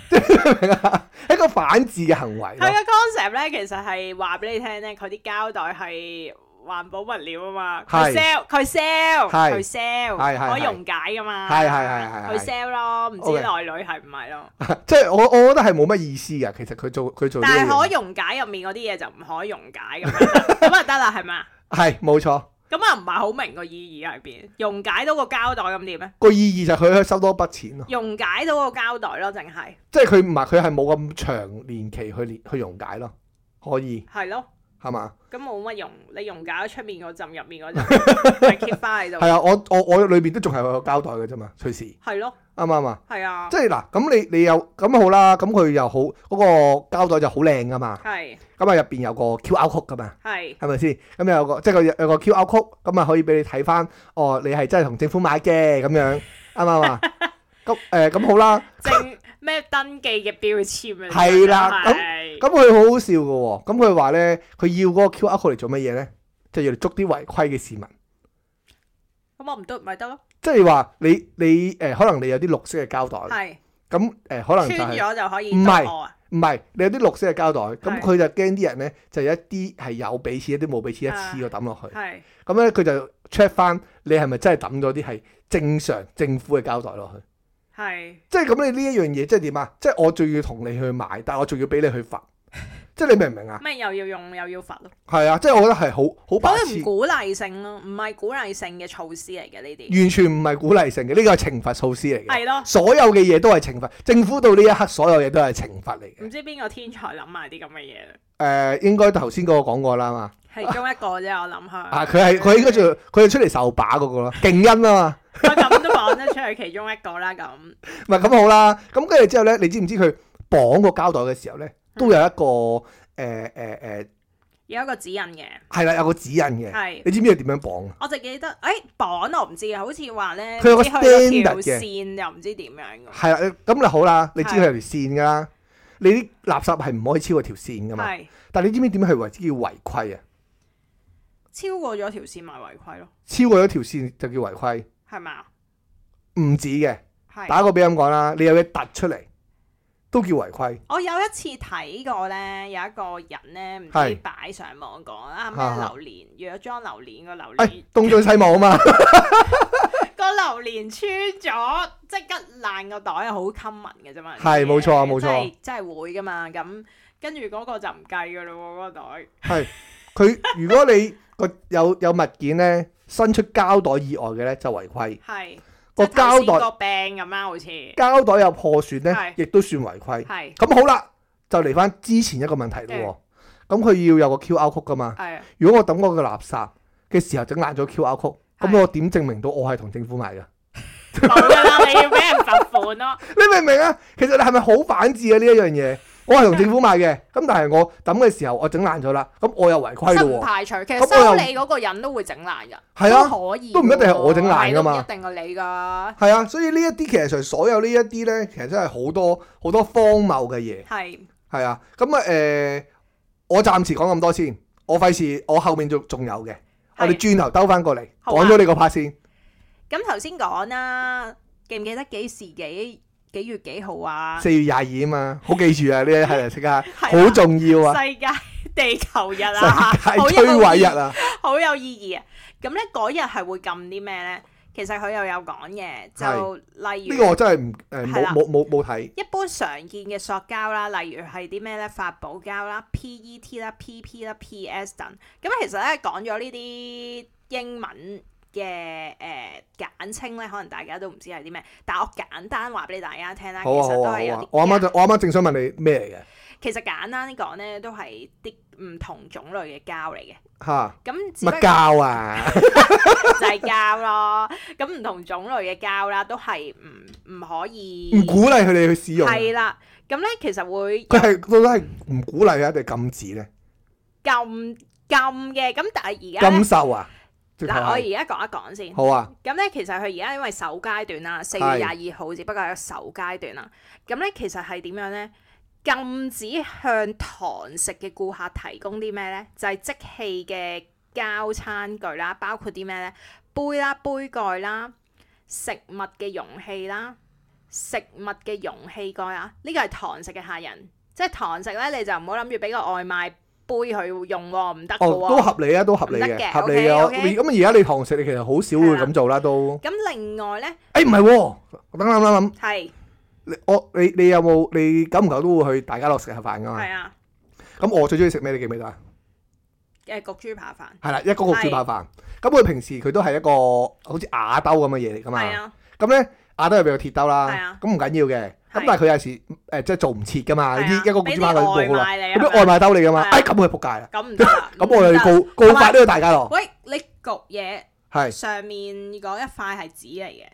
Speaker 1: 即係明唔明啊？ 一個反智嘅行為
Speaker 2: 佢
Speaker 1: 咯。
Speaker 2: 嘅 concept 咧，其實係話俾你聽咧，佢啲膠袋係環保物料啊嘛，
Speaker 1: 係
Speaker 2: 佢 sell 佢 sell
Speaker 1: 係
Speaker 2: 佢 sell
Speaker 1: 係係
Speaker 2: 可以溶解噶嘛，
Speaker 1: 係係係係係
Speaker 2: 佢 sell 咯，唔知
Speaker 1: OK
Speaker 2: 內裏係唔係咯？
Speaker 1: 即係我我覺得係冇乜意思嘅。其實佢做佢做呢
Speaker 2: 但係可
Speaker 1: 樣嘢
Speaker 2: 溶解入面嗰啲嘢就唔可溶解咁樣， 咁啊得啦，係嘛？
Speaker 1: 係冇錯。
Speaker 2: 咁啊唔係好明個意義喺邊，溶解到個膠袋咁點咧？
Speaker 1: 個意義就係佢可以收多筆錢咯。
Speaker 2: 溶解到個膠袋咯，淨係
Speaker 1: 即係佢唔係佢係冇咁長年期去連去溶解咯，可以
Speaker 2: 係咯，
Speaker 1: 係嘛？
Speaker 2: 咁冇乜溶，你溶解咗出面嗰浸，入面 嗰浸咪 keep 翻喺
Speaker 1: 係
Speaker 2: 度，
Speaker 1: 啊，我我我裏邊都仲係有個膠袋嘅啫嘛，隨時
Speaker 2: 係咯，
Speaker 1: 啱唔啱啊？
Speaker 2: 係啊
Speaker 1: 即，係嗱，咁你你有咁好啦，咁佢又好嗰、個膠袋就好靚噶嘛，
Speaker 2: 係
Speaker 1: 咁啊入邊有個 QR code 噶嘛，
Speaker 2: 係
Speaker 1: 係咪先？咁有個即係佢有有個 QR code，咁啊可以俾你睇翻，哦，你係真係同政府買嘅咁樣，啱唔啱 啊？咁誒咁好啦，
Speaker 2: 正咩登記嘅標籤啊，
Speaker 1: 係啦
Speaker 2: 係
Speaker 1: 咁佢好好笑嘅喎、咁佢話咧，佢要嗰個 QR code 嚟做乜嘢咧？就要嚟捉啲違規嘅市民。
Speaker 2: 咁我唔得咪得咯，
Speaker 1: 即係話你你誒、呃可能你有啲綠色嘅膠袋，
Speaker 2: 係
Speaker 1: 咁誒、呃可能
Speaker 2: 穿
Speaker 1: 就係
Speaker 2: 咗就可以
Speaker 1: 唔係
Speaker 2: 得我啊，
Speaker 1: 唔係你有啲綠色嘅膠袋，
Speaker 2: 係
Speaker 1: 咁佢就驚啲人咧就有一啲係有俾錢，一啲冇俾錢，一
Speaker 2: 啊
Speaker 1: 次過抌落去，
Speaker 2: 係
Speaker 1: 咁咧佢就 check 翻你係咪真係抌咗啲係正常政府嘅膠袋落去，
Speaker 2: 係
Speaker 1: 即係咁你呢一樣嘢即係點啊？即係我仲要同你去買，但係我仲要俾你去 罰，即係你明唔明啊？
Speaker 2: 咩又要用又要罰咯。
Speaker 1: 係啊，即係我覺得係好好白
Speaker 2: 嗰個唔
Speaker 1: 痴，
Speaker 2: 鼓勵性咯，唔係鼓勵性嘅措施嚟嘅呢啲，
Speaker 1: 完全唔係鼓勵性嘅，呢個係懲罰措施嚟嘅，
Speaker 2: 係啊咯，
Speaker 1: 所有嘅嘢都係懲罰，政府到呢一刻所有嘢都係懲罰嚟嘅。
Speaker 2: 唔知邊個天才諗埋啲咁嘅嘢啦，
Speaker 1: 誒、應該頭先嗰個講過啦嘛，
Speaker 2: 其中一個啫，我諗下，
Speaker 1: 啊佢係佢應該做佢係出嚟受把嗰個咯，勁恩啊嘛，
Speaker 2: 我咁都講得出去其中一個啦，咁
Speaker 1: 唔係咁好啦，咁跟住之後咧，你知唔知佢綁個膠袋嘅時候
Speaker 2: 嗯
Speaker 1: 咧，都有一個誒誒誒
Speaker 2: 有一個指 引嘅，
Speaker 1: 係啦，有個指引嘅，
Speaker 2: 係
Speaker 1: 你知唔知佢點樣綁啊？
Speaker 2: 我就記得，誒、綁我唔知嘅，好似話咧，
Speaker 1: 佢有個
Speaker 2: 唔知去咗條
Speaker 1: standard 嘅
Speaker 2: 線又唔知點樣嘅，
Speaker 1: 係啦，咁就好啦，你知佢
Speaker 2: 係
Speaker 1: 有條線噶啦，你啲垃圾係唔可以超過條線噶嘛，
Speaker 2: 係
Speaker 1: 但係你知唔知點樣係為之叫違規啊？
Speaker 2: 超過咗條線咪違規咯，
Speaker 1: 超過咗條線就叫違規，
Speaker 2: 係咪啊？
Speaker 1: 唔止嘅，
Speaker 2: 係，
Speaker 1: 打個比咁講啦，你有嘢突出嚟都叫違規，
Speaker 2: 我有一次睇過咧，有一個人咧唔知
Speaker 1: 係
Speaker 2: 擺上網講啊咩
Speaker 1: 啊
Speaker 2: 榴蓮若裝榴蓮個榴
Speaker 1: 誒、
Speaker 2: 蓮
Speaker 1: 哎、。東張西望啊嘛。
Speaker 2: 個榴蓮穿咗，即係吉爛個袋係好 common 嘅啫嘛。
Speaker 1: 係冇錯啊冇錯
Speaker 2: 真係真係會噶嘛。咁跟住嗰個就唔計噶咯喎，嗰、個袋。
Speaker 1: 佢如果你個有有物件咧，伸出膠袋以外嘅咧就違規，
Speaker 2: 係
Speaker 1: 個膠
Speaker 2: 袋
Speaker 1: 袋
Speaker 2: 個病咁啦，好似
Speaker 1: 膠袋有破損咧
Speaker 2: 係，
Speaker 1: 亦都算違規。
Speaker 2: 係
Speaker 1: 咁好啦，就嚟翻之前一個問題咯喎。咁佢要有個 QR code 噶嘛？
Speaker 2: 係
Speaker 1: 如果我抌嗰個垃圾嘅時候整爛咗 QR code，
Speaker 2: 係
Speaker 1: 咁我點證明到我係同政府買嘅？
Speaker 2: 冇噶啦，你要俾人罰款 咯。
Speaker 1: 你明唔明啊？其實你係咪好反智啊？呢一樣嘢，我係同政府買嘅，咁但係我抌嘅時候我整爛咗啦，咁我又違規
Speaker 2: 即唔
Speaker 1: 咯
Speaker 2: 排除，其實
Speaker 1: 咁我
Speaker 2: 收
Speaker 1: 又
Speaker 2: 你嗰個人都會整爛㗎，
Speaker 1: 喎。係啊。
Speaker 2: 都可以㗎喎，
Speaker 1: 都唔一定係我整爛㗎嘛
Speaker 2: 係都唔一定係你㗎，
Speaker 1: 係啊，所以呢一啲其實上所有呢一啲咧，其實真係好多好多荒謬嘅嘢。
Speaker 2: 係
Speaker 1: 呃係啊，咁啊誒，我暫時講咁多先。我費事我後面仲仲有嘅，我哋
Speaker 2: 係
Speaker 1: 轉頭兜翻過嚟
Speaker 2: 好啊
Speaker 1: 講咗呢個 part 先。
Speaker 2: 咁頭先講啦，記唔記得幾時幾幾月幾號啊？
Speaker 1: 四月廿二啊嘛，好記住啊！呢 一系列即刻
Speaker 2: 係啊
Speaker 1: 好重要 啊！
Speaker 2: 世界地球日啊，
Speaker 1: 世界
Speaker 2: 好有
Speaker 1: 摧毀日啊！
Speaker 2: 好有意義啊！咁咧嗰日係會禁啲咩咧？其實佢又有講嘅，就
Speaker 1: 呢
Speaker 2: 例如
Speaker 1: 個我真係唔誒
Speaker 2: 係
Speaker 1: 冇
Speaker 2: 啦
Speaker 1: 冇冇冇睇。
Speaker 2: 一般常見嘅塑膠啦，例如係啲咩咧，發泡膠啦、PET 啦、PP 啦、PS 等。咁其實咧講咗呢啲英文嘅誒、呃、簡稱咧，可能大家都唔知係啲咩，但我簡單話俾大家聽啦，
Speaker 1: 好啊
Speaker 2: 其
Speaker 1: 好
Speaker 2: 實都
Speaker 1: 啊
Speaker 2: 係有
Speaker 1: 好
Speaker 2: 啲
Speaker 1: 啊！我啱啱就我啱啱正想問你咩嚟
Speaker 2: 其實簡單啲講咧，都係啲唔同種類嘅膠嚟嘅。
Speaker 1: 嘅嚇？
Speaker 2: 咁只不
Speaker 1: 乜
Speaker 2: 過
Speaker 1: 膠啊？
Speaker 2: 就係膠咯。咁唔同種類嘅膠啦，都係唔唔可以
Speaker 1: 唔鼓勵佢哋去使用。啊
Speaker 2: 係啊啦。咁咧其實會
Speaker 1: 佢係到底係唔鼓勵啊，定係禁止咧？
Speaker 2: 禁禁嘅。咁但係而家呢
Speaker 1: 禁售啊？直頭
Speaker 2: 嗱，我而
Speaker 1: 係
Speaker 2: 家講一講先。
Speaker 1: 好啊！
Speaker 2: 咁咧，其實佢而家因為首階段啦，四月
Speaker 1: 係
Speaker 2: 廿二號，只不過係首階段啦。咁咧，其實係點樣咧？禁止向堂食嘅顧客提供啲咩咧？就係、即棄嘅膠餐具啦，包括啲咩咧？杯啦、杯蓋啦、食物嘅容器啦、食物嘅容器蓋啊，呢個係堂食嘅客人。即係堂食咧，你就唔好諗住俾個外賣杯佢用喎，唔得嘅
Speaker 1: 哦，都
Speaker 2: 喎。
Speaker 1: 合理啊，都合理
Speaker 2: 唔得
Speaker 1: 嘅，
Speaker 2: 嘅
Speaker 1: 合理嘅。我
Speaker 2: OK，OK
Speaker 1: 咁而家你堂食，你其實好少會咁做啦，都。
Speaker 2: 咁、另外咧
Speaker 1: 誒唔係喎，我等諗諗諗，
Speaker 2: 係
Speaker 1: 你我你你有冇你久唔久都會去大家樂食下飯㗎嘛？
Speaker 2: 係啊，
Speaker 1: 咁我最中意食咩？你記唔記得啊？
Speaker 2: 誒焗豬扒飯。
Speaker 1: 係啦，一個焗豬扒飯。咁佢平時佢都係一個好似瓦兜咁嘅嘢嚟㗎嘛。
Speaker 2: 係啊，
Speaker 1: 咁咧亞都入邊有鐵兜
Speaker 2: 係
Speaker 1: 啦
Speaker 2: 啊，
Speaker 1: 咁唔緊要嘅。咁
Speaker 2: 係
Speaker 1: 但係佢有時誒即係做唔切噶嘛，呢
Speaker 2: 係啊
Speaker 1: 啲一個僱主買佢報
Speaker 2: 俾
Speaker 1: 好
Speaker 2: 啲
Speaker 1: 啦，
Speaker 2: 外賣
Speaker 1: 咁
Speaker 2: 你
Speaker 1: 啲
Speaker 2: 係
Speaker 1: 外賣兜你噶嘛
Speaker 2: 係，啊
Speaker 1: 哎咁佢仆街啦，，
Speaker 2: 咁唔得啦
Speaker 1: 咁我哋
Speaker 2: 唔得。
Speaker 1: 告告發呢個大家樂，
Speaker 2: 喂，你焗嘢
Speaker 1: 係，
Speaker 2: 上面嗰一塊係紙嚟嘅，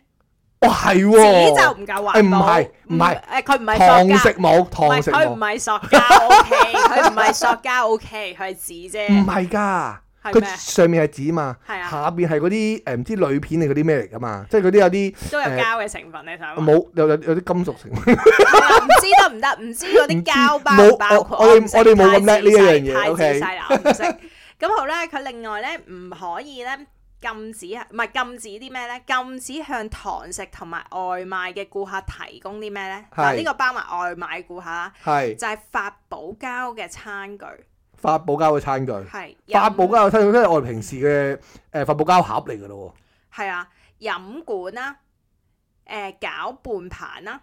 Speaker 1: 哇哦係
Speaker 2: 紙
Speaker 1: 喎，
Speaker 2: 就唔夠
Speaker 1: 誒唔
Speaker 2: 環保。
Speaker 1: 係唔係
Speaker 2: 誒佢唔係
Speaker 1: 堂
Speaker 2: 塑
Speaker 1: 食
Speaker 2: 膠，
Speaker 1: 冇，
Speaker 2: 唔係
Speaker 1: 堂食
Speaker 2: 佢唔
Speaker 1: 冇，
Speaker 2: 係塑膠 OK，佢唔係塑膠 OK，佢係紙
Speaker 1: 唔
Speaker 2: 啫，
Speaker 1: 係㗎，
Speaker 2: 係咩
Speaker 1: 佢上面係紙嘛，
Speaker 2: 係啊
Speaker 1: 下邊係嗰啲誒唔知鋁片定嗰啲咩嚟㗎嘛，即係嗰啲有啲
Speaker 2: 都有
Speaker 1: 誒
Speaker 2: 膠嘅成分你想話？
Speaker 1: 冇有有有啲金屬成 分，
Speaker 2: 係啊唔知得唔得？唔知嗰啲膠包
Speaker 1: 唔知
Speaker 2: 唔包括
Speaker 1: 冇我我哋
Speaker 2: 唔識
Speaker 1: 我哋冇
Speaker 2: 太
Speaker 1: 咁叻呢一
Speaker 2: 仔細
Speaker 1: 樣嘢
Speaker 2: 太仔
Speaker 1: OK
Speaker 2: 細啦，我唔識。咁好咧，佢另外咧唔可以咧禁止啊唔係禁止啲咩咧？禁止向堂食同埋外賣嘅顧客提供啲咩咧？
Speaker 1: 係
Speaker 2: 嗱，呢個包埋外賣顧客啦，
Speaker 1: 係
Speaker 2: 就係發泡膠嘅餐具，
Speaker 1: 發泡膠嘅餐具，
Speaker 2: 係
Speaker 1: 發泡
Speaker 2: 飲
Speaker 1: 膠嘅餐具都係我哋平時嘅誒發泡膠盒嚟㗎咯
Speaker 2: 係啊，飲管啦，誒攪拌盤啦。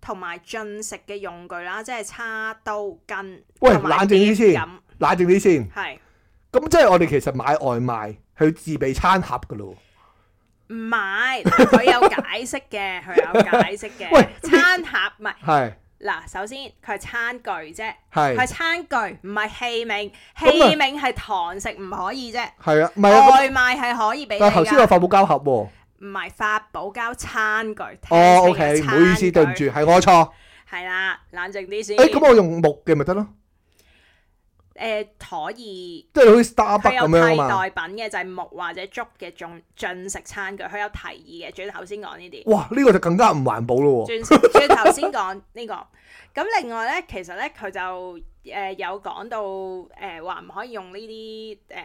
Speaker 2: 同埋進食嘅用具啦，即係叉、刀、羹。
Speaker 1: 喂
Speaker 2: 同埋
Speaker 1: 冷靜啲先
Speaker 2: 碟飲
Speaker 1: 喎，冷靜啲先。
Speaker 2: 係
Speaker 1: 咁即係我哋其實買外賣去自備餐盒噶咯
Speaker 2: 唔係？嗱佢有解釋嘅，佢有解釋嘅。
Speaker 1: 喂你
Speaker 2: 餐盒唔係
Speaker 1: 喎，係
Speaker 2: 嗱，首先佢係餐具啫，佢係
Speaker 1: 係
Speaker 2: 餐具，唔係器皿。器
Speaker 1: 咁啊
Speaker 2: 皿係堂食唔可以啫，
Speaker 1: 係啊，唔係啊。咁
Speaker 2: 外賣啊係可以俾你
Speaker 1: 但係頭先
Speaker 2: 㗎
Speaker 1: 我。發泡膠盒喎，
Speaker 2: 唔係法寶膠餐具。
Speaker 1: 哦
Speaker 2: 聽成日
Speaker 1: ，OK，唔好意思，對唔
Speaker 2: 餐
Speaker 1: 住
Speaker 2: 具。，
Speaker 1: 係我錯。
Speaker 2: 係啦，冷靜啲先。
Speaker 1: 誒，咁我用木嘅咪得咯，
Speaker 2: 誒呃可以。
Speaker 1: 即係好似
Speaker 2: 佢
Speaker 1: Starbucks
Speaker 2: 有
Speaker 1: 咁樣啊嘛。
Speaker 2: 替代品嘅就係木或者竹嘅進進食餐具，佢有提議嘅，最頭先講呢啲。
Speaker 1: 哇，呢個就更加唔環保咯喎。
Speaker 2: 轉轉頭先講呢個，咁另外咧，其實咧佢就誒、呃有講到誒話唔可以用呢啲誒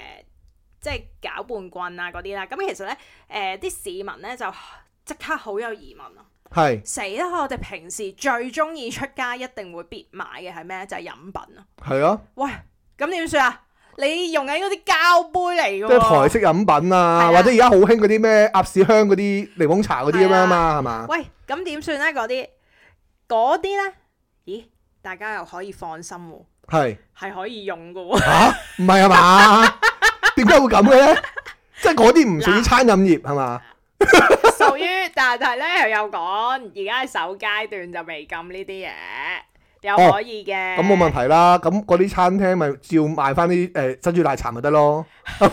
Speaker 2: 即係攪拌棍啊嗰啲啦。咁其實咧誒啲市民咧就 即刻好有疑問啊！
Speaker 1: 係
Speaker 2: 死啦！我哋平時最中意出街一定會必買嘅係咩？就係、飲品啊！
Speaker 1: 係啊，
Speaker 2: 喂，咁點算啊？你用緊嗰啲膠杯嚟
Speaker 1: 即
Speaker 2: 㗎
Speaker 1: 係台
Speaker 2: 喎。
Speaker 1: 式飲品啊，
Speaker 2: 係啊
Speaker 1: 或者而家好興嗰啲咩鴨屎香嗰啲檸檬茶嗰啲咁樣啊嘛，係嘛？
Speaker 2: 喂，咁點算咧？嗰啲嗰啲咧，咦？大家又可以放心喎、
Speaker 1: 係
Speaker 2: 係可以用嘅 喎。
Speaker 1: 吓？唔係啊 嘛？點解會咁嘅咧？即係嗰啲唔屬於
Speaker 2: 嗱
Speaker 1: 餐飲業係嘛？
Speaker 2: 屬於，但係咧佢有講，而家係首階段就未禁呢啲嘢，又可以嘅。
Speaker 1: 哦咁冇問題啦，咁嗰啲餐廳咪照賣翻啲誒珍珠奶茶咪得咯。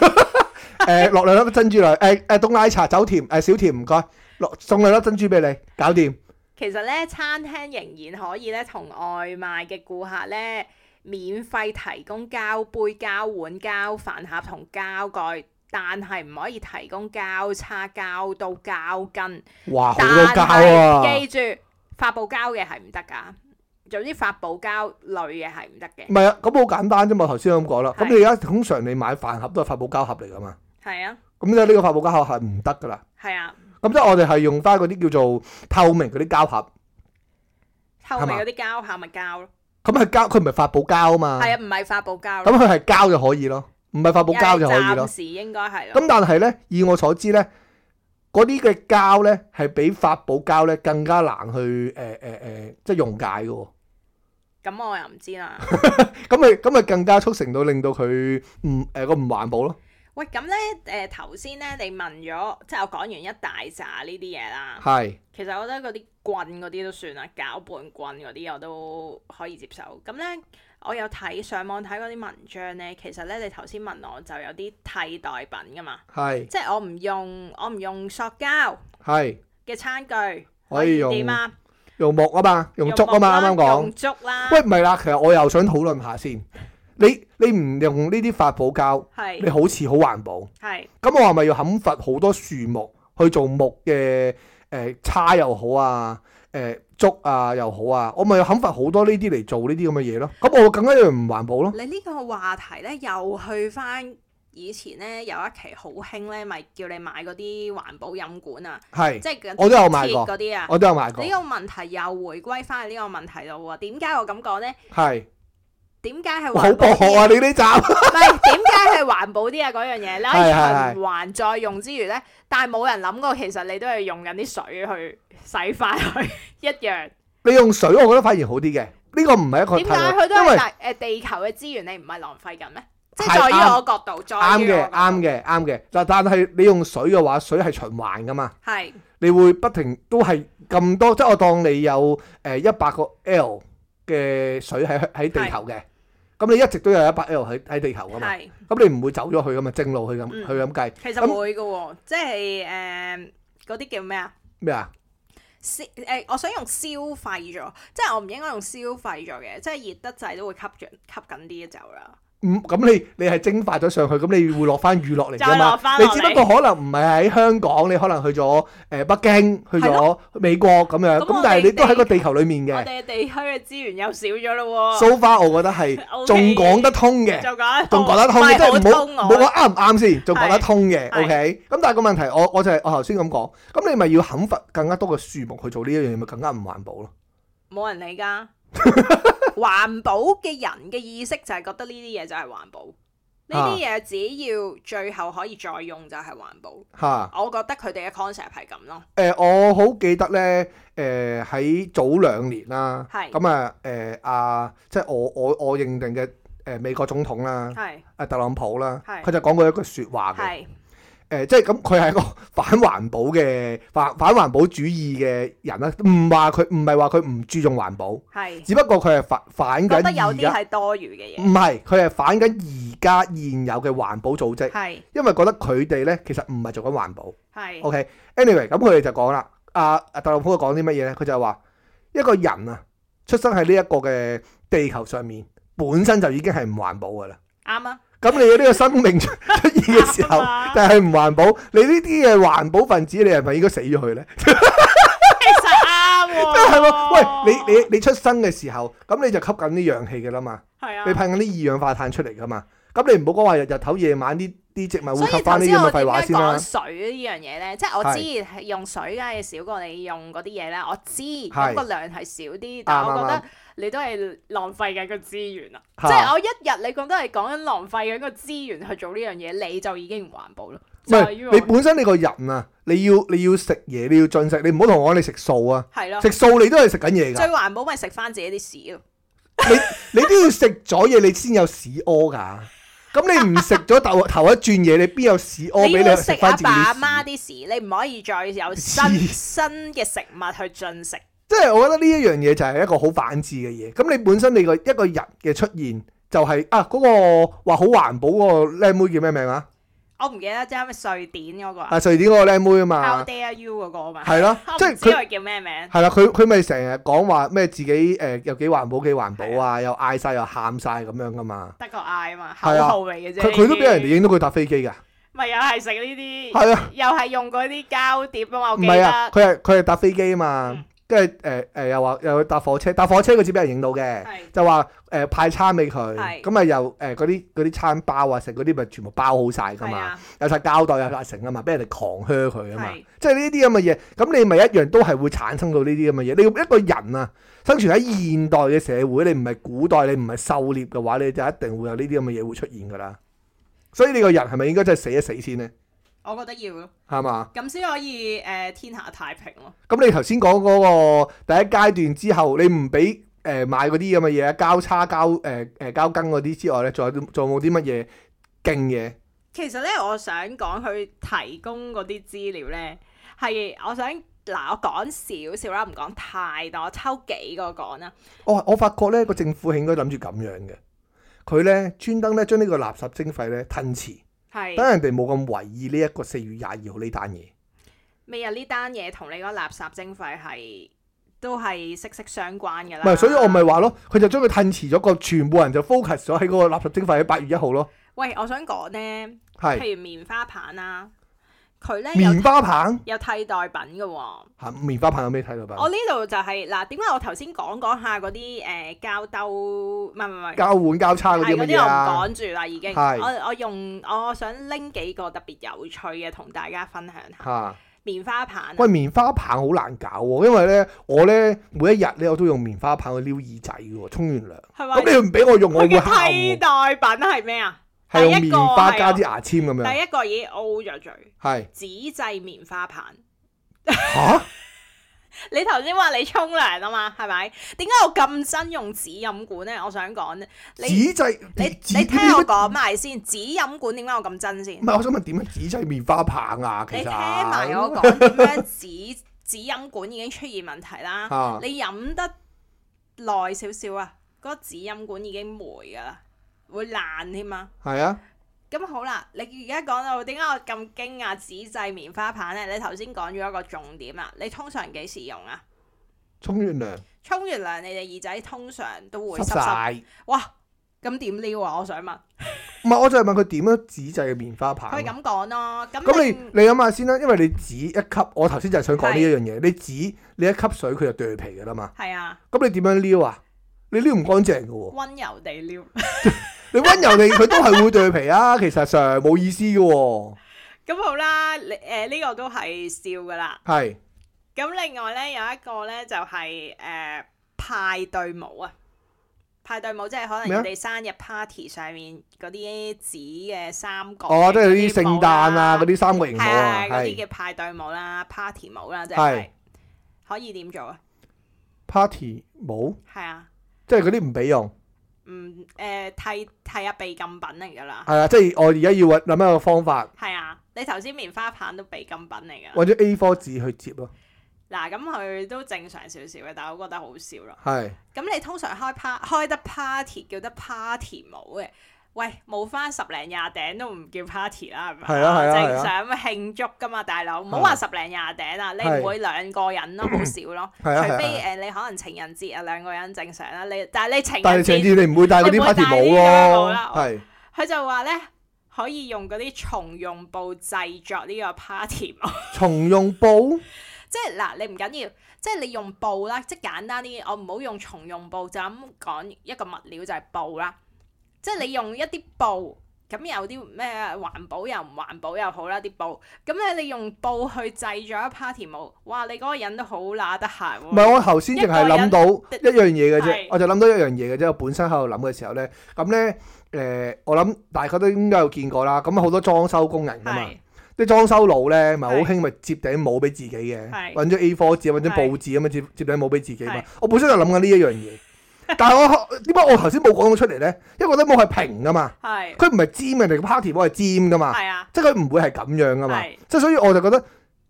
Speaker 1: 誒落兩粒珍珠奶，誒誒凍奶茶走甜，誒少甜唔該，落送兩粒珍珠俾你，搞掂。
Speaker 2: 其實咧，餐廳仍然可以咧同外賣嘅顧客咧免費提供膠杯、膠碗、膠飯盒同膠蓋，但係唔可以提供膠叉、膠刀、膠巾。
Speaker 1: 哇，好
Speaker 2: 但
Speaker 1: 多膠啊！
Speaker 2: 係記住，發泡膠嘅係唔得㗎。總之發泡膠類嘅係唔得嘅
Speaker 1: 唔，係啊，咁好簡單啫嘛。頭先咁講啦，咁
Speaker 2: 係
Speaker 1: 你而家通常你買飯盒都係發泡膠盒嚟噶嘛，
Speaker 2: 係啊，
Speaker 1: 咁即係呢個發泡膠盒係唔得噶啦。
Speaker 2: 係啊，
Speaker 1: 咁即係我哋係用翻嗰啲叫做透明嗰啲膠盒，
Speaker 2: 透
Speaker 1: 係
Speaker 2: 明
Speaker 1: 嘛
Speaker 2: 嗰啲膠下咪膠咯，
Speaker 1: 咁係膠，佢唔係發泡膠啊嘛。
Speaker 2: 係啊，唔係發泡膠
Speaker 1: 咁
Speaker 2: 咯，
Speaker 1: 佢係膠就可以咯，唔係發泡膠就可以咯
Speaker 2: 暫。時應該係咯，
Speaker 1: 咁但係咧，以我所知咧，嗰啲嘅膠咧係比發泡膠咧更加難去誒誒誒，即係溶解嘅喎。
Speaker 2: 咁我又唔知啦。
Speaker 1: 咁咪咁咪更加促成到令到佢唔誒個唔環保咯。
Speaker 2: 喂，咁咧誒頭先咧你問咗，即係我講完一大扎呢啲嘢啦。
Speaker 1: 係
Speaker 2: 其實我覺得嗰啲棍嗰啲都算啦，攪拌棍嗰啲我都可以接受。咁呢，我有睇上網睇嗰啲文章呢，其實呢，你頭先問我就有啲替代品噶嘛，
Speaker 1: 係
Speaker 2: 即係我唔用我唔用塑膠
Speaker 1: 係，
Speaker 2: 嘅餐具，
Speaker 1: 可以用
Speaker 2: 點啊？
Speaker 1: 用木啊嘛，用竹啊嘛，啱啱
Speaker 2: 木啦
Speaker 1: 講
Speaker 2: 用。竹啦，
Speaker 1: 喂，唔係啦，其實我又想討論下先。你你唔用呢啲發泡膠，你
Speaker 2: 係
Speaker 1: 好似好環保。
Speaker 2: 係
Speaker 1: 咁我係咪要砍伐好多樹木去做木嘅誒、呃叉又好啊，誒、竹啊又好啊？我咪要砍伐好多呢啲嚟做呢啲咁嘅嘢咯。咁我更加要唔環保咯。
Speaker 2: 你呢個話題呢，又去翻以前呢，有一期好興呢，咪叫你買嗰啲環保飲管啊，
Speaker 1: 係，
Speaker 2: 即係
Speaker 1: 我都有買
Speaker 2: 鐵
Speaker 1: 過，
Speaker 2: 嗰啲啊。
Speaker 1: 我都有買過
Speaker 2: 呢。個問題又回歸翻去呢個問題度喎，點解我咁講呢？
Speaker 1: 係，
Speaker 2: 點解係
Speaker 1: 哇好
Speaker 2: 環
Speaker 1: 薄
Speaker 2: 保啲
Speaker 1: 荷啊！你呢集
Speaker 2: 唔係點解係環保啲啊？嗰樣嘢你可以
Speaker 1: 係係係
Speaker 2: 循環再用之餘呢，但係冇人諗過其實你都係用緊啲水去洗翻佢一樣。
Speaker 1: 你用水，我覺得反而好啲嘅。呢個唔係一個
Speaker 2: 點解
Speaker 1: 太
Speaker 2: 佢都
Speaker 1: 因為
Speaker 2: 係大誒地球嘅資源，你唔係浪費緊咩？即
Speaker 1: 係
Speaker 2: 係在於
Speaker 1: 啱
Speaker 2: 我角度，在
Speaker 1: 啱
Speaker 2: 於我
Speaker 1: 嘅，啱
Speaker 2: 嘅，
Speaker 1: 嘅，啱嘅。嗱，但係你用水嘅話，水係循環噶嘛。
Speaker 2: 係
Speaker 1: 你會不停都係咁多，即係我當你有誒一百個 L 嘅水喺喺地球嘅，咁你一直都有一百 L 喺喺地球噶啊嘛，
Speaker 2: 係。
Speaker 1: 咁你唔會走咗去噶嘛，正路去咁
Speaker 2: 嗯
Speaker 1: 去咁計
Speaker 2: 其實
Speaker 1: 咁
Speaker 2: 會嘅喎，即係誒嗰啲叫咩啊？
Speaker 1: 咩啊？
Speaker 2: 消誒、我想用消費咗，即係我唔應該用消費咗嘅，即係熱得滯都會吸住吸緊啲就啦。
Speaker 1: 唔咁你你係蒸發咗上去，咁你會落翻雨落嚟㗎
Speaker 2: 就落
Speaker 1: 嘛？
Speaker 2: 返
Speaker 1: 你
Speaker 2: 落嚟
Speaker 1: 只不過可能唔係喺香港，你可能去咗誒、呃北京，去
Speaker 2: 係
Speaker 1: 咗美國咁樣，
Speaker 2: 咁我
Speaker 1: 咁但係你
Speaker 2: 哋
Speaker 1: 都喺個地球裡面
Speaker 2: 我
Speaker 1: 嘅。
Speaker 2: 哋嘅地區嘅資源又少咗咯
Speaker 1: so far 我覺得係
Speaker 2: OK
Speaker 1: 仲講得通嘅
Speaker 2: 喎，。就講
Speaker 1: 仲講得通
Speaker 2: 唔
Speaker 1: 嘅，
Speaker 2: 係
Speaker 1: 即係啊
Speaker 2: 好
Speaker 1: 唔好
Speaker 2: 通
Speaker 1: 唔好
Speaker 2: 我
Speaker 1: 講啱唔啱先，仲講得通嘅
Speaker 2: 係
Speaker 1: ，OK。咁但係個問題，我我就係我頭先咁講，咁你咪要砍伐更加多嘅樹木去做呢一樣嘢，咪更加唔環保咯。
Speaker 2: 冇人理 㗎。環保嘅人嘅意識就係覺得呢啲嘢就係環保，呢
Speaker 1: 啊
Speaker 2: 啲嘢只要最後可以再用就係環保。
Speaker 1: 嚇，
Speaker 2: 我覺得佢哋嘅 concept 係咁咯，
Speaker 1: 誒我好記得咧，誒喺早兩年啦，
Speaker 2: 係
Speaker 1: 咁啊誒啊，即係我我我認定嘅誒美國總統啦，
Speaker 2: 係
Speaker 1: 啊特朗普啦，
Speaker 2: 係
Speaker 1: 佢就講過一句説話嘅，
Speaker 2: 係
Speaker 1: 誒即係咁佢係一個 反環保嘅反反環保主義嘅人啦，唔話佢唔係話佢唔注重環保，
Speaker 2: 係，
Speaker 1: 只不過佢係反反緊
Speaker 2: 覺得有
Speaker 1: 而
Speaker 2: 啲
Speaker 1: 家。
Speaker 2: 係多餘嘅嘢，
Speaker 1: 唔係，佢係反緊而家現有嘅環保組織，
Speaker 2: 係
Speaker 1: 因為覺得佢哋咧其實唔係做緊環保。哦
Speaker 2: 係
Speaker 1: OK，anyway，咁佢哋就講啦，阿、啊、特朗普講啲乜嘢咧？佢就話一個人啊，出生喺呢一個嘅地球上面，本身就已經係唔環保噶啦。
Speaker 2: 啱啊，
Speaker 1: 咁你呢個生命 出出現嘅時
Speaker 2: 啱
Speaker 1: 候，
Speaker 2: 啊
Speaker 1: 但係唔環保，你呢啲嘅環保分子，你係咪應該死咗佢咧？
Speaker 2: 其實啱喎，
Speaker 1: 係喎，喂，你你你出生嘅時候，咁你就吸緊啲氧氣噶啦嘛。
Speaker 2: 係啊
Speaker 1: 你。噴緊啲二氧化碳出嚟噶嘛？咁你唔好講話日日頭夜晚啲啲植物
Speaker 2: 所
Speaker 1: 會
Speaker 2: 以
Speaker 1: 吸
Speaker 2: 頭
Speaker 1: 翻呢
Speaker 2: 先
Speaker 1: 啲咁
Speaker 2: 我
Speaker 1: 嘅廢話
Speaker 2: 點解
Speaker 1: 先啦
Speaker 2: 講。水呢樣嘢咧？即係我知係用水梗係少過你用嗰啲嘢啦，我知咁個量係少啲，但係我覺
Speaker 1: 啱
Speaker 2: 得你都係浪費緊個資源啊！
Speaker 1: 嚇
Speaker 2: 即係我一日你講都係講緊浪費緊個資源去做呢樣嘢，你就已經唔環保咯。
Speaker 1: 唔
Speaker 2: 就係於
Speaker 1: 係
Speaker 2: 我
Speaker 1: 你本身你個人啊，你要你要食嘢，你要進食，你唔好同我講你食素啊！
Speaker 2: 係咯，
Speaker 1: 食素你都係食緊嘢
Speaker 2: 最
Speaker 1: 㗎，
Speaker 2: 環保咪食翻自己啲屎咯。
Speaker 1: 你都要食咗嘢你先有屎屙㗎。咁你唔食咗頭 頭一轉嘢，你邊有屎屙俾
Speaker 2: 你要
Speaker 1: 你食
Speaker 2: 食阿
Speaker 1: 翻自己
Speaker 2: 爸阿媽
Speaker 1: 屎？
Speaker 2: 啲屎，你唔可以 再有新
Speaker 1: 黐
Speaker 2: 新嘅食物去進食。
Speaker 1: 即係我覺得呢一樣嘢就係一個好反智嘅嘢。咁你本身你個一個人嘅出現就係、啊嗰、個話好環保嗰個靚妹叫咩名啊？
Speaker 2: 我唔記得即係咪瑞典嗰個啊
Speaker 1: 啊瑞典嗰個靚妹啊嘛。
Speaker 2: ？How dare you 嗰個啊嘛？
Speaker 1: 係咯
Speaker 2: 我，唔
Speaker 1: 即係
Speaker 2: 知
Speaker 1: 佢
Speaker 2: 佢叫咩名。
Speaker 1: 係啦，佢佢咪成日講話咩自己誒、呃又幾環保幾環保啊，又嗌晒又喊晒咁樣噶嘛。
Speaker 2: 得個嗌嘛，口
Speaker 1: 係啊
Speaker 2: 號嚟嘅啫。
Speaker 1: 佢佢都俾人哋
Speaker 2: 呢
Speaker 1: 影到佢搭飛機㗎，
Speaker 2: 啲咪又係食呢啲，
Speaker 1: 係啊，
Speaker 2: 又係用嗰啲膠碟啊嘛，我
Speaker 1: 唔
Speaker 2: 記
Speaker 1: 係啊，
Speaker 2: 得。
Speaker 1: 佢係佢係搭飛機啊嘛
Speaker 2: 嗯，
Speaker 1: 跟跟住誒誒又話又去搭火車，搭火車佢只俾人影到嘅，
Speaker 2: 係
Speaker 1: 就話誒、呃派餐俾佢，
Speaker 2: 係
Speaker 1: 咁咪又誒嗰啲嗰啲餐包啊，食嗰啲咪全部包好晒噶
Speaker 2: 係
Speaker 1: 嘛，
Speaker 2: 啊，
Speaker 1: 有晒膠袋有晒成啊嘛，俾人哋狂靴佢啊嘛
Speaker 2: 係，
Speaker 1: 即係呢啲咁嘅嘢，咁你咪一樣都係會產生到呢啲咁嘅嘢。你要一個人啊，生存喺現代嘅社會，你唔係古代，你唔係狩獵嘅話，你就一定會有呢啲咁嘅嘢會出現噶啦。所以你個人係咪應該真係死一死先呢？
Speaker 2: 我覺得要咯，
Speaker 1: 係嘛？
Speaker 2: 咁先可以誒、呃天下太平咯。
Speaker 1: 咁你頭先講嗰個第一階段之後，你唔俾誒買嗰啲咁嘅嘢，交叉交誒誒、呃交羹嗰啲之外咧，仲有啲仲有冇啲乜嘢勁嘢？
Speaker 2: 其實咧，我想講佢提供嗰啲資料咧，係我想嗱，我講少少啦，唔講太多，抽幾個講啦。
Speaker 1: 我哦我發覺咧個政府係應該諗住咁樣嘅，佢咧專登咧將呢個垃圾徵費咧吞遲。等
Speaker 2: 係
Speaker 1: 人哋冇咁懷意呢一個四月廿二號呢單嘢。
Speaker 2: 每日呢單嘢同你嗰垃圾徵費係都係息息相關㗎啦。
Speaker 1: 唔係，所以我咪話咯，佢就將佢褪遲咗個，全部人就 focus 咗喺嗰個垃圾徵費喺八月一號咯。
Speaker 2: 喂，我想講咧，
Speaker 1: 係
Speaker 2: 譬如棉花棒啦，佢咧有
Speaker 1: 棉啊花棒
Speaker 2: 有替代品嘅喎、
Speaker 1: 嚇，棉花棒有咩睇到
Speaker 2: 我
Speaker 1: 吧？
Speaker 2: 呢度就係、嗱，點解我頭先講講下嗰啲誒膠兜，唔係唔係唔係。
Speaker 1: 交換交叉嗰
Speaker 2: 係
Speaker 1: 啲
Speaker 2: 嗰
Speaker 1: 乜
Speaker 2: 啲
Speaker 1: 嘢
Speaker 2: 我
Speaker 1: 啊？
Speaker 2: 唔講住啦，已經。
Speaker 1: 係
Speaker 2: 我我用我想拎幾個特別有趣嘅同大家分享下。
Speaker 1: 嚇！
Speaker 2: 棉花棒啊，
Speaker 1: 喂，棉花棒好難搞喎，因為咧我咧每一日咧我都用棉花棒去撩耳仔嘅喎，沖完涼。
Speaker 2: 係咪？
Speaker 1: 咁你唔俾我用，我
Speaker 2: 佢
Speaker 1: 會
Speaker 2: 嘅
Speaker 1: 喊
Speaker 2: 替
Speaker 1: 喎。
Speaker 2: 代品係咩啊？
Speaker 1: 係用
Speaker 2: 第一
Speaker 1: 棉
Speaker 2: 個
Speaker 1: 花加
Speaker 2: 係啊
Speaker 1: 啲牙籤咁樣。
Speaker 2: 第一個已經 O 咗嘴，
Speaker 1: 係
Speaker 2: 紙製棉花棒。
Speaker 1: 嚇，
Speaker 2: 你頭先話你沖涼啊嘛，係咪？點解我咁憎用紙飲管咧？我想講咧，你
Speaker 1: 紙製
Speaker 2: 你
Speaker 1: 紙
Speaker 2: 你聽
Speaker 1: 紙
Speaker 2: 我講埋先，紙飲管點解我咁憎先
Speaker 1: 唔？係，我想問點樣紙製棉花棒啊？其實
Speaker 2: 你聽埋我講點樣紙紙飲管已經出現問題啦。
Speaker 1: 啊
Speaker 2: 你飲得耐少少啊，嗰、個紙飲管已經霉噶啦，會爛添啊！
Speaker 1: 係啊，
Speaker 2: 咁好啦，你而家講到點解我咁驚訝紙製棉花棒呢？你頭先講咗一個重點啦，你通常幾時用啊？
Speaker 1: 沖完涼
Speaker 2: 沖完涼，你哋耳仔通常都會
Speaker 1: 濕
Speaker 2: 濕濕。
Speaker 1: 晒。
Speaker 2: 哇！咁點撩啊？我想問，
Speaker 1: 唔係，我就係問佢點樣紙製嘅棉花棒啊。
Speaker 2: 佢係咁講咯。咁
Speaker 1: 咁你
Speaker 2: 你
Speaker 1: 你諗下先啦，因為你紙一級，我頭先就係想講呢一樣嘢。你紙你一吸水佢就掉皮㗎啦嘛。
Speaker 2: 係啊，
Speaker 1: 咁你點樣撩啊？你撩唔乾淨㗎喎，
Speaker 2: 温柔地撩。
Speaker 1: 你温柔地佢都係會掉皮啊。其實上冇意思㗎喎，
Speaker 2: 咁好啦，你誒呢個都係笑噶啦。
Speaker 1: 係
Speaker 2: 咁另外咧有一個咧就係、呃派對帽啊，派對帽即係可能
Speaker 1: 咩啊
Speaker 2: 人哋生日 party 上面嗰啲紙嘅三角
Speaker 1: 哦，即係啲
Speaker 2: 嗰帽
Speaker 1: 聖誕
Speaker 2: 啦
Speaker 1: 啊嗰啲三角形
Speaker 2: 係
Speaker 1: 帽啊，
Speaker 2: 係嗰啲
Speaker 1: 係
Speaker 2: 嘅派對帽啦、party 帽啦，即
Speaker 1: 係
Speaker 2: 係可以點做啊？
Speaker 1: party 帽，
Speaker 2: 係啊，
Speaker 1: 即係嗰啲唔俾用。
Speaker 2: 嗯誒、呃替替啊被禁品嚟㗎啦，
Speaker 1: 係啊，即係我而家要揾諗一個方法，
Speaker 2: 係啊，你頭先棉花棒都被禁品嚟㗎啦。
Speaker 1: 揾咗 A4 紙去接咯。
Speaker 2: 嗱咁佢都正常少少嘅，但係我覺得好笑咯。
Speaker 1: 係
Speaker 2: 咁你通常開 part 開得 party 叫得 party 帽嘅，喂冇翻十零廿頂都唔叫 party 啦，係咪？
Speaker 1: 係啊係啊
Speaker 2: 正常咁慶祝噶嘛，大佬，唔好話十零廿頂啊啦，你
Speaker 1: 係
Speaker 2: 唔會兩個人咯，好少咯，除
Speaker 1: 係啊係啊
Speaker 2: 非
Speaker 1: 係
Speaker 2: 誒你可能情人節啊兩個人正常啦，你但係你情
Speaker 1: 但係
Speaker 2: 人
Speaker 1: 情人
Speaker 2: 節
Speaker 1: 節你唔會戴嗰
Speaker 2: 你
Speaker 1: 啲
Speaker 2: 唔會
Speaker 1: party
Speaker 2: 戴
Speaker 1: 帽
Speaker 2: 呢啲
Speaker 1: 咯，
Speaker 2: 啦
Speaker 1: 係
Speaker 2: 佢就話咧可以用嗰啲重用布製作呢個 party 帽。
Speaker 1: 重用布
Speaker 2: 即係嗱，你唔緊要，即係你用布啦，即係簡單啲，我唔好用重用布，就咁講一個物料就係布啦。即係你用一啲布，咁有啲咩環保又唔環保又好啦，啲布。咁咧你用布去製咗一 party 帽，哇！你嗰個人都好乸得閒
Speaker 1: 唔係
Speaker 2: 喎。
Speaker 1: 我頭先淨係諗到一樣嘢嘅啫
Speaker 2: 係，
Speaker 1: 我就諗到一樣嘢嘅啫。我本身喺度諗嘅時候咧，咁咧誒，我諗大家都應該有見過啦。咁好多裝修工人㗎嘛，
Speaker 2: 係
Speaker 1: 啲裝修佬咧咪好
Speaker 2: 係
Speaker 1: 興咪接頂帽俾自己嘅，
Speaker 2: 係
Speaker 1: 揾咗 A4 紙揾張
Speaker 2: 係
Speaker 1: 報紙咁樣接接頂帽俾自己嘛
Speaker 2: 係。
Speaker 1: 我本身就諗緊呢一樣嘢，但係我點解我頭先冇講到出嚟咧？因為我覺得帽係平㗎嘛。
Speaker 2: 係
Speaker 1: 佢唔係尖嘅，你個 party 帽係尖噶嘛，
Speaker 2: 係啊，
Speaker 1: 即係佢唔會係咁樣噶嘛
Speaker 2: 係，
Speaker 1: 即係所以我就覺得誒、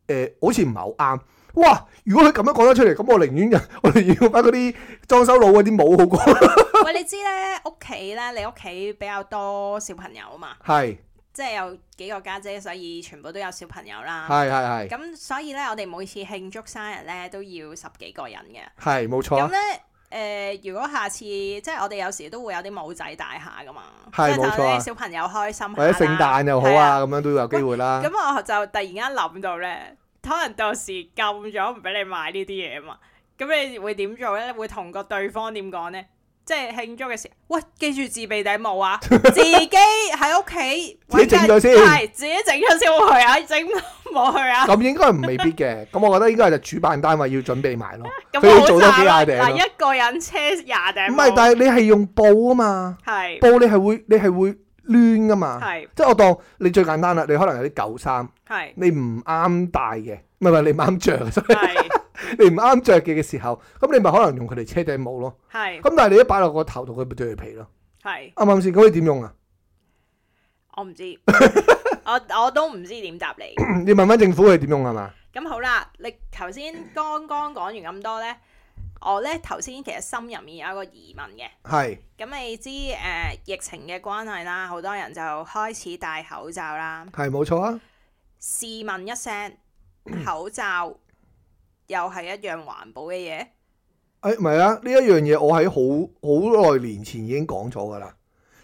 Speaker 1: 呃好似唔係好啱。哇！如果佢咁樣講得出嚟，咁我寧願 我寧願用翻嗰啲裝修佬嗰啲帽好過。
Speaker 2: 喂，你知咧屋企咧，你屋企比較多小朋友啊嘛，
Speaker 1: 係
Speaker 2: 即係有幾個家姐，所以全部都有小朋友啦。
Speaker 1: 係係係
Speaker 2: 咁所以咧，我哋每次慶祝生日咧都要十幾個人嘅。
Speaker 1: 係冇錯
Speaker 2: 咁
Speaker 1: 啊，
Speaker 2: 咧，誒、如果下次即係我哋有時都會有啲帽仔戴下噶嘛，
Speaker 1: 係
Speaker 2: 即係
Speaker 1: 冇錯
Speaker 2: 等
Speaker 1: 啊
Speaker 2: 啲小朋友開心下啦
Speaker 1: 或者聖誕又好
Speaker 2: 係
Speaker 1: 啊，咁樣都有機會啦。
Speaker 2: 咁我就突然間諗到咧，可能到時禁咗唔俾你買呢啲嘢嘛。咁你會點做咧？會同個對方點講呢？即係慶祝嘅時候，喂，記住自備頂 帽啊！自己喺屋企
Speaker 1: 自己整咗先
Speaker 2: 係自己整咗先會去啊，整冇去 啊！
Speaker 1: 咁應該唔未必嘅，咁我覺得應該係就主辦單位要準備埋咯，
Speaker 2: 咁
Speaker 1: 佢要
Speaker 2: 好
Speaker 1: 做多幾
Speaker 2: 慘啊！
Speaker 1: 廿頂
Speaker 2: 嗱，
Speaker 1: 咯。
Speaker 2: 一個人車廿頂
Speaker 1: 唔
Speaker 2: 帽，
Speaker 1: 係，但係你係用布啊嘛，
Speaker 2: 係
Speaker 1: 布你係會你係會攣噶嘛，
Speaker 2: 係
Speaker 1: 即係我當你最簡單啦，你可能有啲舊衫，
Speaker 2: 係
Speaker 1: 你唔啱戴嘅，唔係唔係你唔啱 着，sorry，
Speaker 2: 係
Speaker 1: 你唔啱着嘅嘅時候，咁你咪可能用佢哋車頂帽咯。
Speaker 2: 係
Speaker 1: 咁但係你一擺落個頭度，佢咪對皮咯，
Speaker 2: 係，
Speaker 1: 啱唔啱先？咁你點用啊？
Speaker 2: 我唔知，我我都唔知點答你。
Speaker 1: 你問翻政府佢點用係啊嘛？
Speaker 2: 咁好啦，你頭先剛剛講完咁多呢，我呢頭先其實心入面有一個疑問嘅。
Speaker 1: 係
Speaker 2: 咁你知誒、呃疫情嘅關係啦，好多人就開始戴口罩啦。
Speaker 1: 係冇錯啊，
Speaker 2: 試問一聲，口罩又係一樣環保嘅嘢，
Speaker 1: 誒唔係啊，呢一樣嘢我喺好好耐年前已經講咗㗎啦。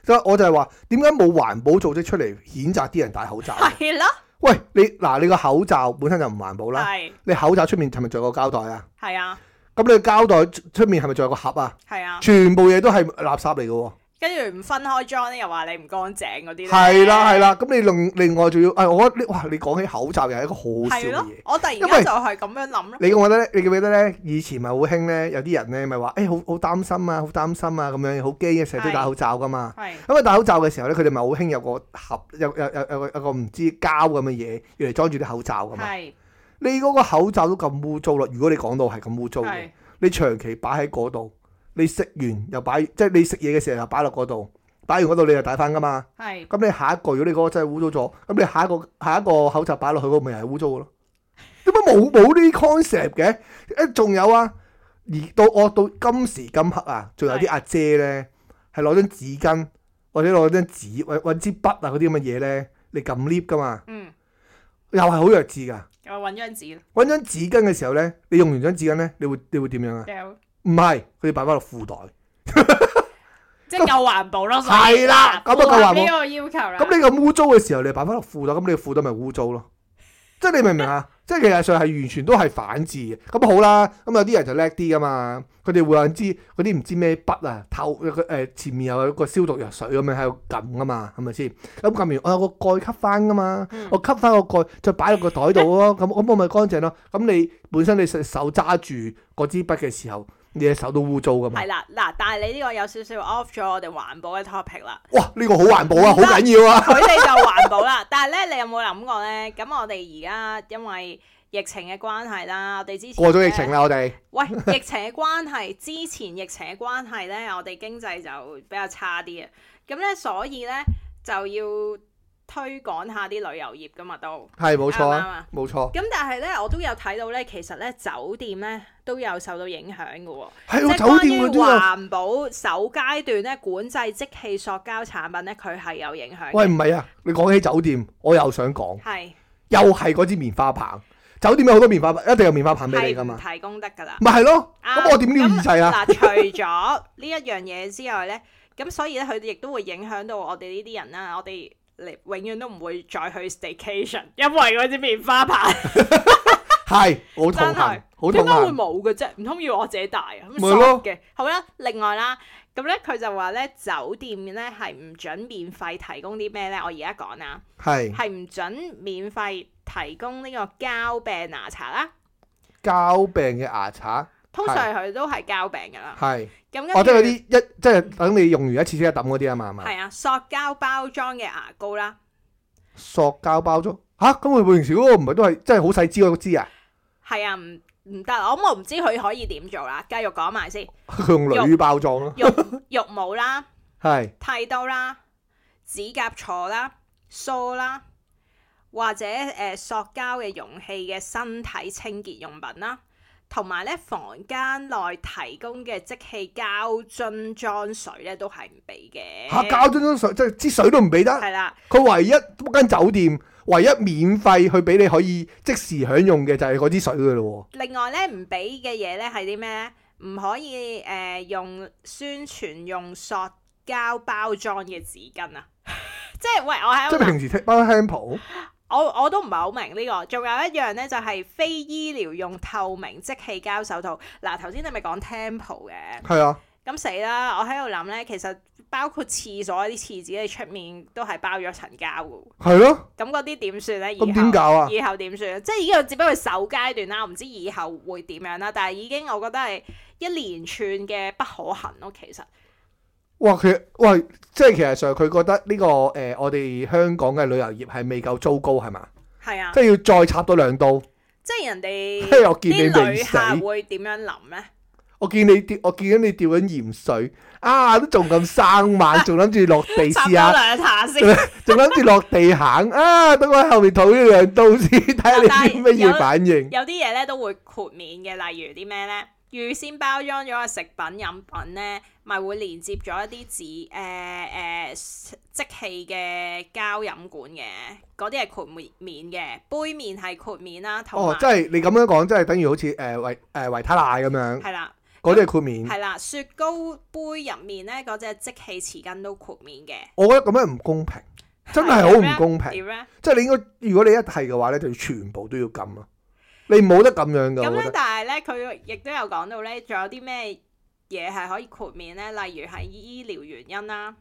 Speaker 1: 所以我就係話點解冇環保組織出嚟譴責啲人戴口罩？
Speaker 2: 係咯，
Speaker 1: 喂，你嗱你個口罩本身就唔環保啦，
Speaker 2: 係
Speaker 1: 你口罩出面係咪仲有個膠袋啊？
Speaker 2: 係啊，
Speaker 1: 咁你個膠袋出出面係咪仲有個盒啊？
Speaker 2: 係啊，
Speaker 1: 全部嘢都係垃圾嚟嘅喎。
Speaker 2: 跟住唔分開裝咧，又話你唔乾淨嗰啲呢，
Speaker 1: 係啦係啦，咁你另另外仲要，誒我覺得呢哇！你講起口罩又係一個好好笑
Speaker 2: 係
Speaker 1: 嘅
Speaker 2: 咯
Speaker 1: 嘢。，
Speaker 2: 我突然間
Speaker 1: 因為
Speaker 2: 就係咁樣諗 咯，
Speaker 1: 你覺得咧？你記唔記得咧？以前咪好興咧，有啲人咧咪話，誒好好擔心啊，好擔心啊咁樣，好驚嘅，成日都戴口罩噶嘛。
Speaker 2: 係
Speaker 1: 咁啊戴口罩嘅時候咧，佢哋咪好興有個盒，有有有有個有個唔知膠咁嘅嘢，要嚟裝住啲口罩噶嘛。
Speaker 2: 係
Speaker 1: 你嗰個口罩都咁污糟啦，如果你講到係咁污糟嘅。
Speaker 2: 係
Speaker 1: 你長期擺喺嗰度，你食完又擺，即係你食嘢嘅時候又擺落嗰度，擺完嗰度你又帶翻噶嘛。
Speaker 2: 係
Speaker 1: 咁你下一個如果你嗰個真係污糟咗，咁你下一個下一個口罩擺落去嗰個咪又係污糟嘅咯。點解冇冇呢啲 concept 嘅？誒仲有啊，而到我到今時今刻啊，仲有啲
Speaker 2: 係
Speaker 1: 阿姐咧係攞張紙巾或者攞張紙揾揾支筆啊嗰啲咁嘅嘢咧，你撳 lift 噶嘛，
Speaker 2: 嗯，
Speaker 1: 又係好弱智㗎。
Speaker 2: 我揾張紙啦
Speaker 1: 揾張紙巾嘅時候咧，你用完張紙巾咧，你會你會點樣啊？
Speaker 2: 掉，
Speaker 1: 唔係，佢哋擺翻落褲袋。
Speaker 2: 即係夠環保咯，所以
Speaker 1: 係啦咁啊夠環保
Speaker 2: 符合呢個要求啦，
Speaker 1: 咁你咁污糟嘅時候，你擺翻落褲袋，咁你褲袋咪污糟咯？即係你明唔明 啊？即係其實上係完全都係反智嘅。咁好啦，咁啊有啲人就叻啲噶嘛，佢哋會有支嗰啲唔知咩筆啊，透誒、呃前面又有個消毒藥水咁樣喺度撳噶嘛，係咪先？咁撳完我有個蓋吸翻噶嘛，
Speaker 2: 嗯
Speaker 1: 我吸翻個蓋，再擺落個袋度咯。咁咁我咪乾淨咯。咁你本身你隻手揸住嗰支筆嘅時候，你隻手都污糟噶嘛
Speaker 2: 係？啦，嗱，但係你呢個有少少 off 咗我哋環保嘅 topic 啦。
Speaker 1: 哇！呢、個好環保啊，好緊要啊！
Speaker 2: 佢哋就環保啦。但係咧，你有冇諗過咧？咁我哋而家因為疫情嘅關係啦，我哋之前
Speaker 1: 過咗疫
Speaker 2: 咧
Speaker 1: 情，啦，我哋
Speaker 2: 喂，疫情嘅關係，之前疫情嘅關係咧，我哋經濟就比較差啲啊。咁咧，所以咧就要推廣下啲旅遊業噶嘛都。
Speaker 1: 係冇錯
Speaker 2: 啱
Speaker 1: 啊
Speaker 2: 啊，
Speaker 1: 冇錯。
Speaker 2: 咁但係咧，我都有睇到咧，其實咧酒店咧都有受到影響嘅喎。
Speaker 1: 係
Speaker 2: 即
Speaker 1: 喎，
Speaker 2: 係
Speaker 1: 酒
Speaker 2: 關
Speaker 1: 店
Speaker 2: 於
Speaker 1: 嗰啲啊。
Speaker 2: 環保首階段咧，管制即棄塑膠產品咧，佢係有影響嘅。
Speaker 1: 喂，唔係啊！你講起酒店，我又想講，
Speaker 2: 係
Speaker 1: 又係嗰支棉花棒。酒店有好多棉花棒，一定有棉花棒俾你
Speaker 2: 係
Speaker 1: 㗎
Speaker 2: 唔
Speaker 1: 嘛。
Speaker 2: 提供得㗎啦。
Speaker 1: 咪係咯，
Speaker 2: 啊
Speaker 1: 咁我點都要二制啊？
Speaker 2: 嗱，除咗呢一樣嘢之外咧，咁所以咧，佢哋亦都會影響到我哋呢啲人啦。我哋嚟永遠都唔會再去 staycation，因為嗰支棉花棒
Speaker 1: 係，好
Speaker 2: 真
Speaker 1: 痛
Speaker 2: 係
Speaker 1: 恨，好
Speaker 2: 點
Speaker 1: 痛
Speaker 2: 解會
Speaker 1: 恨。
Speaker 2: 冇嘅啫？唔通要我自己帶啊？咁
Speaker 1: 咪係咯
Speaker 2: 索嘅。好啦，另外啦，咁咧佢就話咧，酒店咧係唔準免費提供啲咩咧？我而家講啦。
Speaker 1: 係
Speaker 2: 係唔準免費提供呢個膠病牙刷啦。
Speaker 1: 膠病嘅牙刷，
Speaker 2: 通常佢都係膠病㗎啦。
Speaker 1: 係，
Speaker 2: 咁
Speaker 1: 我哦即係嗰啲
Speaker 2: 跟住
Speaker 1: 一即係等你用完一次先一抌嗰啲啊嘛，係嘛？
Speaker 2: 係啊，塑膠包裝嘅牙膏啦，
Speaker 1: 塑膠包裝吓，咁佢平時嗰個唔係都係真係好細支嗰支啊？
Speaker 2: 係啊，唔唔得，我我唔知佢可以點做啦。繼續講埋先，
Speaker 1: 佢用鋁包裝咯，
Speaker 2: 浴浴帽啦、
Speaker 1: 係
Speaker 2: 剃刀啦、指甲銼啦、梳啦，或者誒、呃塑膠嘅容器嘅身體清潔用品啦。同埋咧，房間內提供嘅即棄膠樽裝水咧，都係唔俾嘅。
Speaker 1: 吓膠樽裝水，即係支水都唔俾得。
Speaker 2: 係啦，
Speaker 1: 佢唯一間酒店唯一免費去俾你可以即時享用嘅就係嗰支水嘅咯
Speaker 2: 另外咧唔俾嘅嘢咧係啲咩咧？唔可以誒、呃用宣傳用塑膠包裝嘅紙巾啊！即係喂，我
Speaker 1: 喎，
Speaker 2: 喺
Speaker 1: 即
Speaker 2: 度
Speaker 1: 係
Speaker 2: 諗，
Speaker 1: 平時 take 包 sample
Speaker 2: 我我都唔係好明呢、個，仲有一樣呢，就係、非醫療用透明即氣膠手套。嗱，頭先你咪講 Temple 嘅，
Speaker 1: 係啊，
Speaker 2: 咁死啦！我喺度諗呢，其實包括廁所啲廁紙，你出面都係包咗層膠嘅喎。
Speaker 1: 係咯，
Speaker 2: 咁嗰啲點算呢？以後
Speaker 1: 咁點搞啊？
Speaker 2: 以後點算？即係依個只不過係首階段啊啦，我唔知以後會點樣啦。但係已經我覺得係一連串嘅不可行咯。其實
Speaker 1: 哇！佢哇，即係其實上佢覺得呢、個誒、呃我哋香港嘅旅遊業係未夠糟糕係嘛？
Speaker 2: 係啊
Speaker 1: 即，係要再插多兩刀。
Speaker 2: 即係人哋
Speaker 1: 即係我見你
Speaker 2: 啲
Speaker 1: 未
Speaker 2: 旅
Speaker 1: 死，
Speaker 2: 客會點樣諗呢？
Speaker 1: 我見你掉，我見緊你掉緊鹽水啊！都仲咁生 猛，仲諗住落地
Speaker 2: 插
Speaker 1: 試
Speaker 2: 多
Speaker 1: 下，
Speaker 2: 兩下先。
Speaker 1: 仲諗住落地行啊！等我喺後面捅呢兩刀先，睇下你啲乜嘢反應。
Speaker 2: 有啲嘢咧都會豁免嘅，例如啲咩咧？預先包裝咗嘅食品飲品咧，咪會連接咗一啲紙誒誒即棄嘅膠飲管嘅，嗰啲係豁免免嘅，杯面係豁免啦，同
Speaker 1: 哦
Speaker 2: 埋，
Speaker 1: 即係你咁樣講，即係等於好似誒維誒維他奶咁樣，
Speaker 2: 係啦
Speaker 1: 嗰啲係豁免。
Speaker 2: 係啦，雪糕杯入面咧嗰只即棄匙羹都豁免嘅，
Speaker 1: 我覺得咁樣唔公平，真係好唔公平。
Speaker 2: 點咧？
Speaker 1: 即係你應該，如果你一係嘅話咧，就要全部都要禁咯。你冇得咁樣噶，
Speaker 2: 咁
Speaker 1: 我覺
Speaker 2: 咧，
Speaker 1: 得。
Speaker 2: 但係咧，佢亦都有講到咧，仲有啲咩嘢係可以豁免咧？例如係醫療原因啦，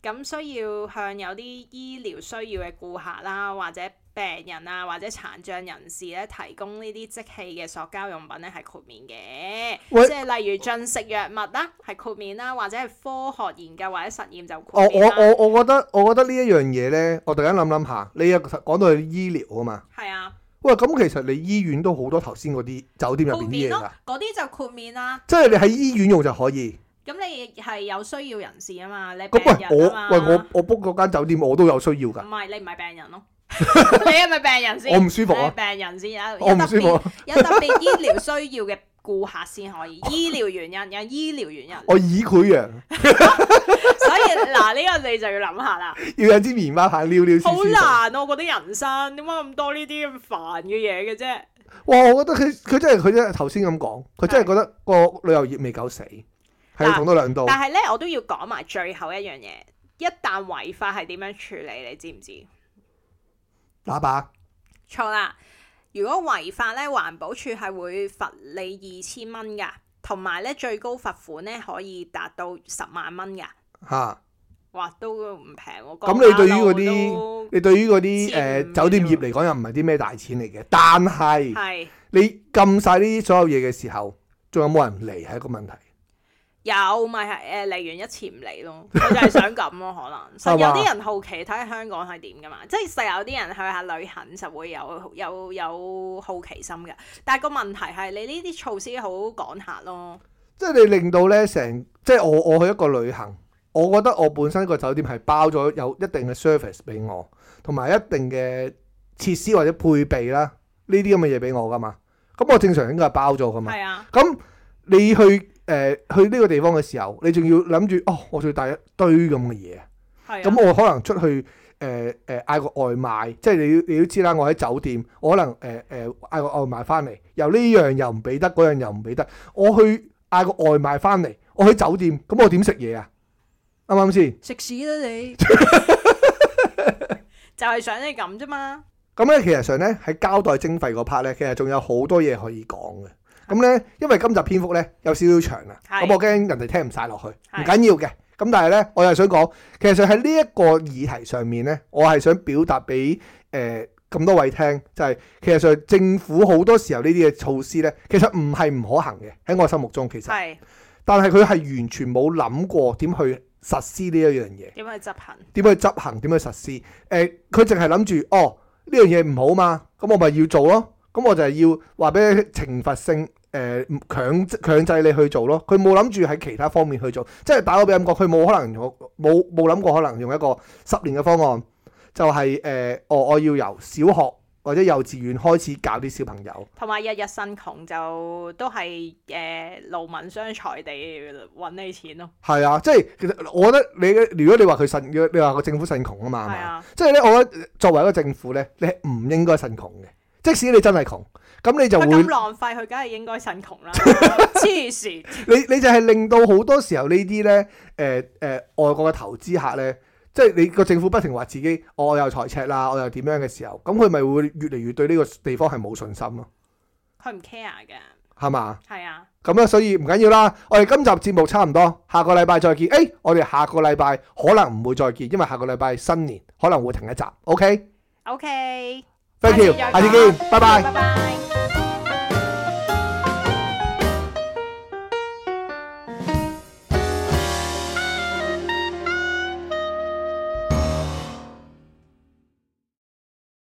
Speaker 2: 咁需要向有啲醫療需要嘅顧客啦，或者病人啊，或者殘障人士咧，提供呢啲即棄嘅塑膠用品咧係豁免嘅，
Speaker 1: 喂
Speaker 2: 即係例如進食藥物啦係豁免啦，或者係科學研究或者實驗就
Speaker 1: 我
Speaker 2: 豁免
Speaker 1: 我
Speaker 2: 啦，
Speaker 1: 我我覺得，我覺得呢一樣嘢咧，我突然間諗諗下，你又講到去醫療啊嘛。
Speaker 2: 係啊，
Speaker 1: 喂，咁其實你醫院都好多頭先嗰啲酒店入
Speaker 2: 豁
Speaker 1: 邊
Speaker 2: 免
Speaker 1: 啲嘢
Speaker 2: 咯
Speaker 1: 㗎，，
Speaker 2: 嗰啲就豁免啦。
Speaker 1: 即係你喺醫院用就可以。
Speaker 2: 咁你係有需要人士啊嘛，你病
Speaker 1: 咁喂，我
Speaker 2: 人啊嘛。
Speaker 1: 喂我我 book 嗰間酒店我都有需要㗎，
Speaker 2: 唔係，你唔係病 人咯，你係咪病人先？
Speaker 1: 我唔舒服
Speaker 2: 你係
Speaker 1: 啊，
Speaker 2: 病人先有
Speaker 1: 我唔舒服
Speaker 2: 有特別
Speaker 1: 啊，
Speaker 2: 有特別醫療需要嘅顧客 先可以，醫療原因有醫療原因，
Speaker 1: 我耳啊潰瘍，
Speaker 2: 所以嗱呢個你就要諗下啦。
Speaker 1: 要有支棉花棒撩撩先舒
Speaker 2: 好
Speaker 1: 服。
Speaker 2: 難啊，我覺得人生點解咁多呢啲咁煩嘅嘢嘅啫？
Speaker 1: 哇！我覺得佢佢真係佢真係頭先咁講，佢真係覺得個旅遊業未夠死，係要
Speaker 2: 嗯嗱
Speaker 1: 捅多兩刀。
Speaker 2: 但係咧，我都要講埋最後一樣嘢，一旦違法係點樣處理，你知唔知？
Speaker 1: 打靶
Speaker 2: 錯啦！如果違法咧，環保署係會罰你二千蚊噶，同埋咧最高罰款咧可以達到十萬蚊噶。
Speaker 1: 嚇！
Speaker 2: 哇，都唔平喎！
Speaker 1: 咁你對於嗰啲
Speaker 2: 啲
Speaker 1: 你對於嗰啲呃
Speaker 2: 千
Speaker 1: 誒
Speaker 2: 五
Speaker 1: 酒店業嚟講又唔係啲咩大錢嚟嘅，但係
Speaker 2: 係
Speaker 1: 你禁晒呢啲所有嘢嘅時候，仲有冇人嚟係一個問題。
Speaker 2: 有咪係誒嚟完一次唔嚟咯，我就係想咁咯，可 能實
Speaker 1: 係嘛
Speaker 2: 有啲人好奇睇下香港係點噶嘛，即係實有啲人去下旅行就會有有有好奇心嘅，但係個問題係你呢啲措施好趕客咯，
Speaker 1: 即係你令到咧成，即係我我去一個旅行，我覺得我本身個酒店係包咗有一定嘅 service 俾我，同埋一定嘅設施或者配備啦，呢啲咁嘅嘢俾我噶嘛。咁我正常應該係包咗噶嘛。
Speaker 2: 係啊，
Speaker 1: 咁你去誒、呃去呢個地方嘅時候，你仲要諗住哦，我仲要帶一堆咁嘅嘢，
Speaker 2: 係啊，
Speaker 1: 咁我可能出去誒誒嗌個外賣，即係你要你都知啦，我喺酒店，我可能誒誒嗌個外賣翻嚟，由呢樣又唔俾得，嗰樣又唔俾得，我去嗌個外賣翻嚟，我喺酒店，咁我點食嘢啊？啱唔啱先？
Speaker 2: 食屎 啦你，就係想你咁啫嘛，
Speaker 1: 咁咧，其實上咧喺交代徵費嗰 part 咧，其實仲有好多嘢可以講嘅。咁咧，因為今集篇幅咧有少少長啦，
Speaker 2: 係
Speaker 1: 咁我驚人哋聽唔晒落去，唔
Speaker 2: 係
Speaker 1: 緊要嘅。咁但係咧，我又想講，其實上喺呢一個議題上面咧，我係想表達俾誒咁多位聽，就係、其實上政府好多時候呢啲嘅措施咧，其實唔係唔可行嘅喺我心目中，其實，
Speaker 2: 係
Speaker 1: 但係佢係完全冇諗過點去實施呢一樣嘢。
Speaker 2: 點樣去執行？
Speaker 1: 點去執行，點去實施。誒、佢淨係諗住哦呢樣嘢唔好嘛，咁我咪要做咯。咁我就係要話俾你懲罰性誒、唔強強制你去做咯。佢冇諗住喺其他方面去做，即係打我俾感覺，佢冇可能用冇冇諗過可能用一個十年嘅方案，就係、誒、哦我要由小學或者幼稚園開始教啲小朋友。
Speaker 2: 同埋日日呻窮就都係誒、呃、勞民傷財地揾你錢咯，
Speaker 1: 係啊，即係其實我覺得你嘅如果你話佢腎，你話個政府腎窮啊嘛，係
Speaker 2: 係
Speaker 1: 嘛？
Speaker 2: 啊，
Speaker 1: 即係咧，我覺得作為一個政府咧，你係唔應該腎窮嘅。即使你真係窮，咁你就
Speaker 2: 佢
Speaker 1: 會
Speaker 2: 咁浪費，佢梗係應該呻窮 啦，黐線，
Speaker 1: 你你就係令到好多時候呢啲咧誒誒外國嘅投資客咧，即即係你個政府不停話自己哦我有財赤啦，我又點樣嘅時候，咁佢咪會越嚟越對呢個地方係冇信心咯，
Speaker 2: 佢唔 care 嘅，
Speaker 1: 係嘛？
Speaker 2: 係啊，
Speaker 1: 咁咧，所以唔緊要啦。我哋今集節目差唔多，下個禮拜再見。誒、我哋下個禮拜可能唔會再見，因為下個禮拜新年可能會停一集。
Speaker 2: OK，
Speaker 1: OK，thank you，
Speaker 2: 下次再
Speaker 1: 下次見，拜拜。
Speaker 2: 拜拜。